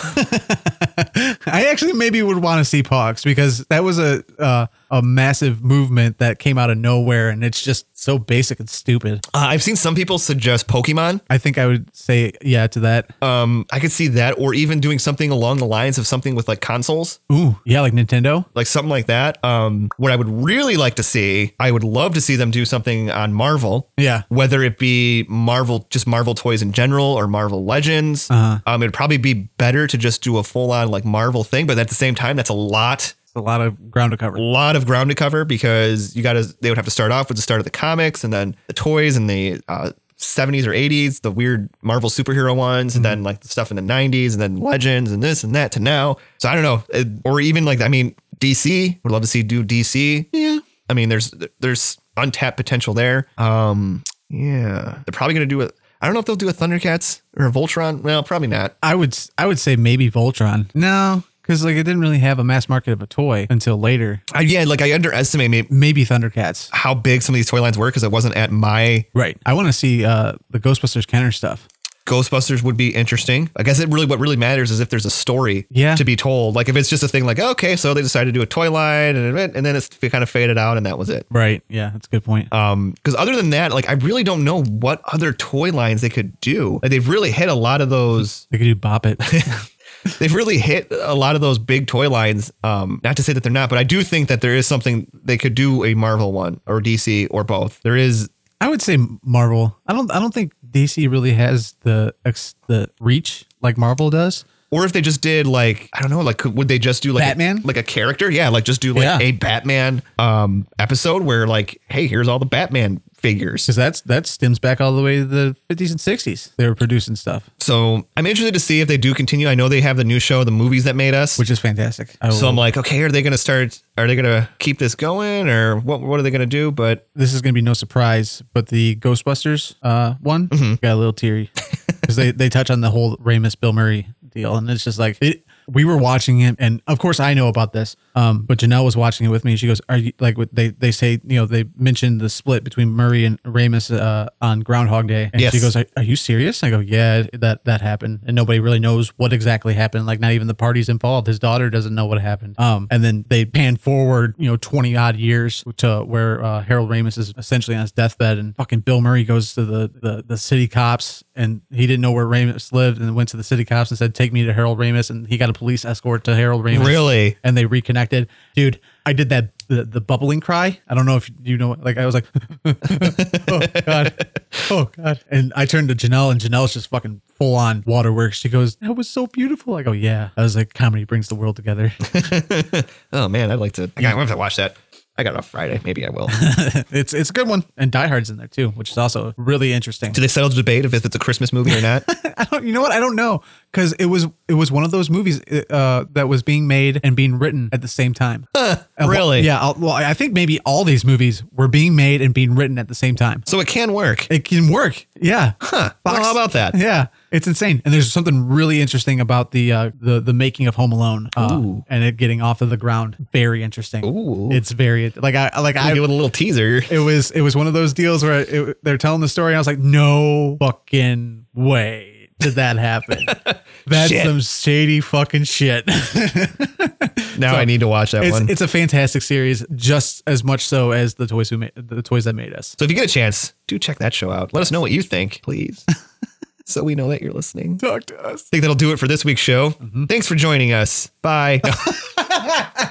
S2: I actually maybe would want to see Pox because that was a uh, a massive movement that came out of nowhere, and it's just so basic and stupid.
S1: Uh, I've seen some people suggest Pokemon.
S2: I think I would say yeah to that.
S1: Um, I could see that, or even doing something along the lines of something with like consoles,
S2: Ooh, yeah, like Nintendo.
S1: like something like that. Um, what I would really like to see, I would love to see them do something on Marvel.
S2: Yeah.
S1: Whether it be Marvel, just Marvel toys in general, or Marvel Legends, um, it'd probably be better to just do a full on like Marvel thing. But at the same time, that's a lot
S2: It's a lot of ground to cover.
S1: lot of ground to cover because you got to they would have to start off with the start of the comics and then the toys and the uh, 70s or 80s the weird marvel superhero ones and then like the stuff in the 90s and then legends and this and that to now so i don't know It- or even like i mean dc would love to see do dc
S2: Yeah.
S1: i mean there's there's untapped potential there um yeah they're probably gonna do it i don't know if they'll do a thundercats or a voltron well probably not
S2: I would I would say maybe Voltron. No, because like it didn't really have a mass market of a toy until later.
S1: I, yeah, like I underestimated
S2: Maybe Thundercats.
S1: how big some of these toy lines were because it wasn't at my
S2: Right. I want to see uh, the Ghostbusters Kenner stuff.
S1: Ghostbusters would be interesting. I guess it really what really matters is if there's a story
S2: Yeah.
S1: to be told. Like if it's just a thing like okay, so they decided to do a toy line and an event, and then it's it kind of faded out and that was it.
S2: Right. Uh, Yeah, that's a good point.
S1: Um, because other than that, like I really don't know what other toy lines they could do. Like, they've really hit a lot of those.
S2: they could do Bop It.
S1: They've really hit a lot of those big toy lines. Um, not to say that they're not, but I do think that there is something they could do a Marvel one or DC or both. There is
S2: I would say Marvel. I don't. I don't think DC really has the ex, the reach like Marvel does.
S1: or if they just did like I don't know, like could- would they just do like a-
S2: Batman?
S1: like a character? Yeah, like just do like
S2: Yeah.
S1: a Batman um episode where like, hey, here's all the Batman figures.
S2: Because that's that stems back all the way to the 50s and 60s. They were producing stuff,
S1: So I'm interested to see if they do continue. I know they have the new show, the movies that made us.
S2: which is fantastic. I
S1: so
S2: will-
S1: I'm like, okay, are they gonna start? Are they gonna keep this going, or what? What are they gonna do? But
S2: this is going to be no surprise, but the Ghostbusters uh, one got a little teary because they, they touch on the whole Ramus Bill Murray deal, and it's just like it, we were watching it, and of course I know about this, um, but Janelle was watching it with me. and She goes, "Are you like what they they say? You know, they mentioned the split between Murray and Ramus uh, on Groundhog Day, and she
S1: Yes.
S2: goes, are, are you serious?" I go, "Yeah, that that happened, and nobody really knows what exactly happened. Like not even the parties involved. His daughter doesn't know what happened. Um, and then they pan forward, you know, twenty odd years to where uh, Harold Ramis is essentially on his deathbed, and fucking Bill Murray goes to the the, the city cops, and he didn't know where Ramis lived, and went to the city cops and said, "Take me to Harold Ramis," and he got a police escort to Harold Ramis
S1: really,
S2: and they reconnected. Dude, I did that the, the bubbling cry. I don't know if you know like I was like oh god. Oh god. And I turned to Janelle and Janelle's just fucking full on waterworks. She goes, "That was so beautiful." I go, "Yeah." I was like, "Comedy brings the world together."
S1: oh man, I'd like to. I gotta, I have to watch that. I got it on Friday. Maybe I will.
S2: it's it's a good one. And Die Hard's in there too, which is also really interesting.
S1: do they settle the debate of if it's a Christmas movie or not?
S2: I don't you know what? I don't know cuz it was it was one of those movies uh, that was being made and being written at the same time. And wh-
S1: really?
S2: Yeah, I'll- well I think maybe all these movies were being made and being written at the same time.
S1: So it can work.
S2: It can work. Yeah.
S1: Huh. Well, how about that?
S2: Yeah. It's insane. And there's something really interesting about the uh, the the making of Home Alone uh, and it getting off of the ground. Very interesting.
S1: Ooh.
S2: It's very like I like
S1: I
S2: I
S1: give it a little teaser.
S2: it was it was one of those deals where it, they're telling the story and I was like no fucking way did that happen. That's
S1: Shit.
S2: some shady fucking shit.
S1: Now I need to watch that
S2: it's,
S1: one.
S2: it's a fantastic series just as much so as the toys who made the toys that made us.
S1: so if you get a chance, do check that show out. Let us know what you think, please. so we know that you're listening.
S2: Talk to us.
S1: I think that'll do it for this week's show. Thanks for joining us. Bye.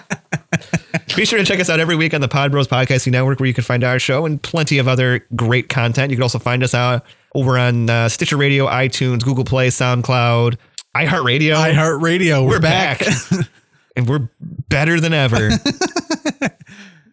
S1: Be sure to check us out every week on the Pod Bros Podcasting Network, where you can find our show and plenty of other great content. You can also find us out over on uh, Stitcher Radio, iTunes, Google Play, SoundCloud, iHeartRadio.
S2: iHeartRadio.
S1: we're back, and we're better than ever.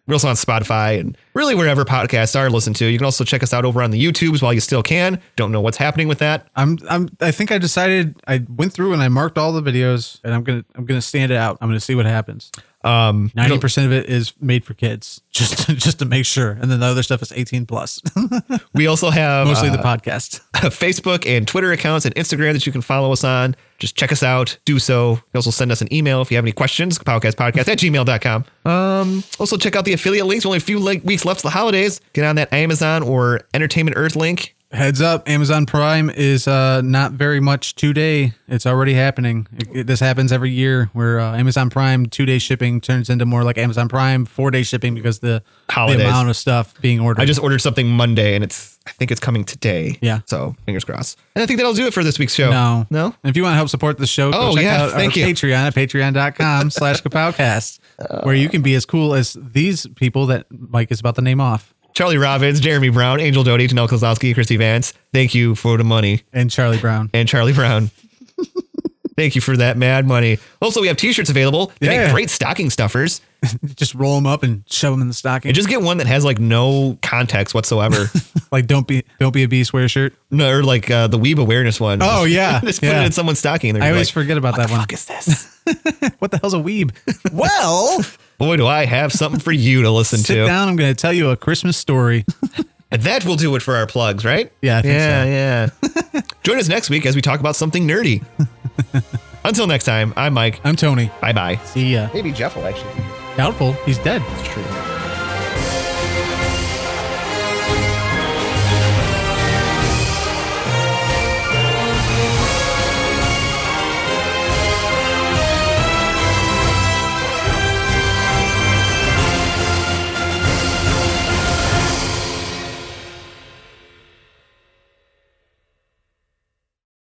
S1: we're also on Spotify and really wherever podcasts are listened to. You can also check us out over on the YouTubes while you still can. Don't know what's happening with that.
S2: I'm I'm I think I decided I went through and I marked all the videos and I'm gonna I'm gonna stand it out. I'm gonna see what happens.
S1: Um,
S2: Ninety percent of it is made for kids, just to, just to make sure, and then the other stuff is eighteen plus,
S1: we also have
S2: mostly
S1: uh,
S2: the podcast.
S1: Facebook and Twitter accounts and Instagram that you can follow us on. Just check us out. Do so. You can also send us an email if you have any questions. Podcast at gmail.com. Um, also, check out the affiliate links. Only a few like, weeks left to the holidays. Get on that Amazon or Entertainment Earth link.
S2: Heads up, Amazon Prime is uh, not very much two day. It's already happening. It- it- this happens every year where uh, Amazon Prime two day shipping turns into more like Amazon Prime four day shipping because the, the
S1: Holidays.
S2: amount of stuff being ordered.
S1: I just ordered something Monday and it's, I think it's coming today.
S2: Yeah.
S1: So fingers crossed. And I think that'll do it for this week's show.
S2: No.
S1: No?
S2: And if you want to help support the show, go
S1: Oh,
S2: check
S1: yeah.
S2: out
S1: Thank
S2: our
S1: you. Uh,
S2: Patreon at patreon.com slash kapowcast, where you can be as cool as these people that Mike is about to name off
S1: Charlie Robbins, Jeremy Brown, Angel Doty, Janelle Kozlowski, Christy Vance. Thank you for the money.
S2: and Charlie Brown.
S1: and Charlie Brown. Thank you for that mad money. Also, we have t-shirts available. They
S2: Yeah.
S1: make great stocking stuffers.
S2: Just roll them up and shove them in the stocking.
S1: And just get one that has like no context whatsoever.
S2: like don't be don't be a beast wear shirt.
S1: no, or like uh, the Weeb awareness one.
S2: Oh, yeah.
S1: just put
S2: Yeah.
S1: it in someone's stocking. and they're
S2: I
S1: gonna be
S2: always
S1: like,
S2: forget about that one.
S1: Fuck is this?
S2: What the hell's a weeb? well,
S1: Boy, do I have something for you to listen
S2: sit
S1: to.
S2: down. I'm going to tell you a Christmas story.
S1: And that will do it for our plugs, right?
S2: Yeah, I think
S1: yeah, yeah. Join us next week as we talk about something nerdy. Until next time, I'm Mike.
S2: I'm Tony.
S1: Bye bye.
S2: See ya.
S1: Maybe Jeff will actually be here.
S2: Doubtful. He's dead.
S1: It's true.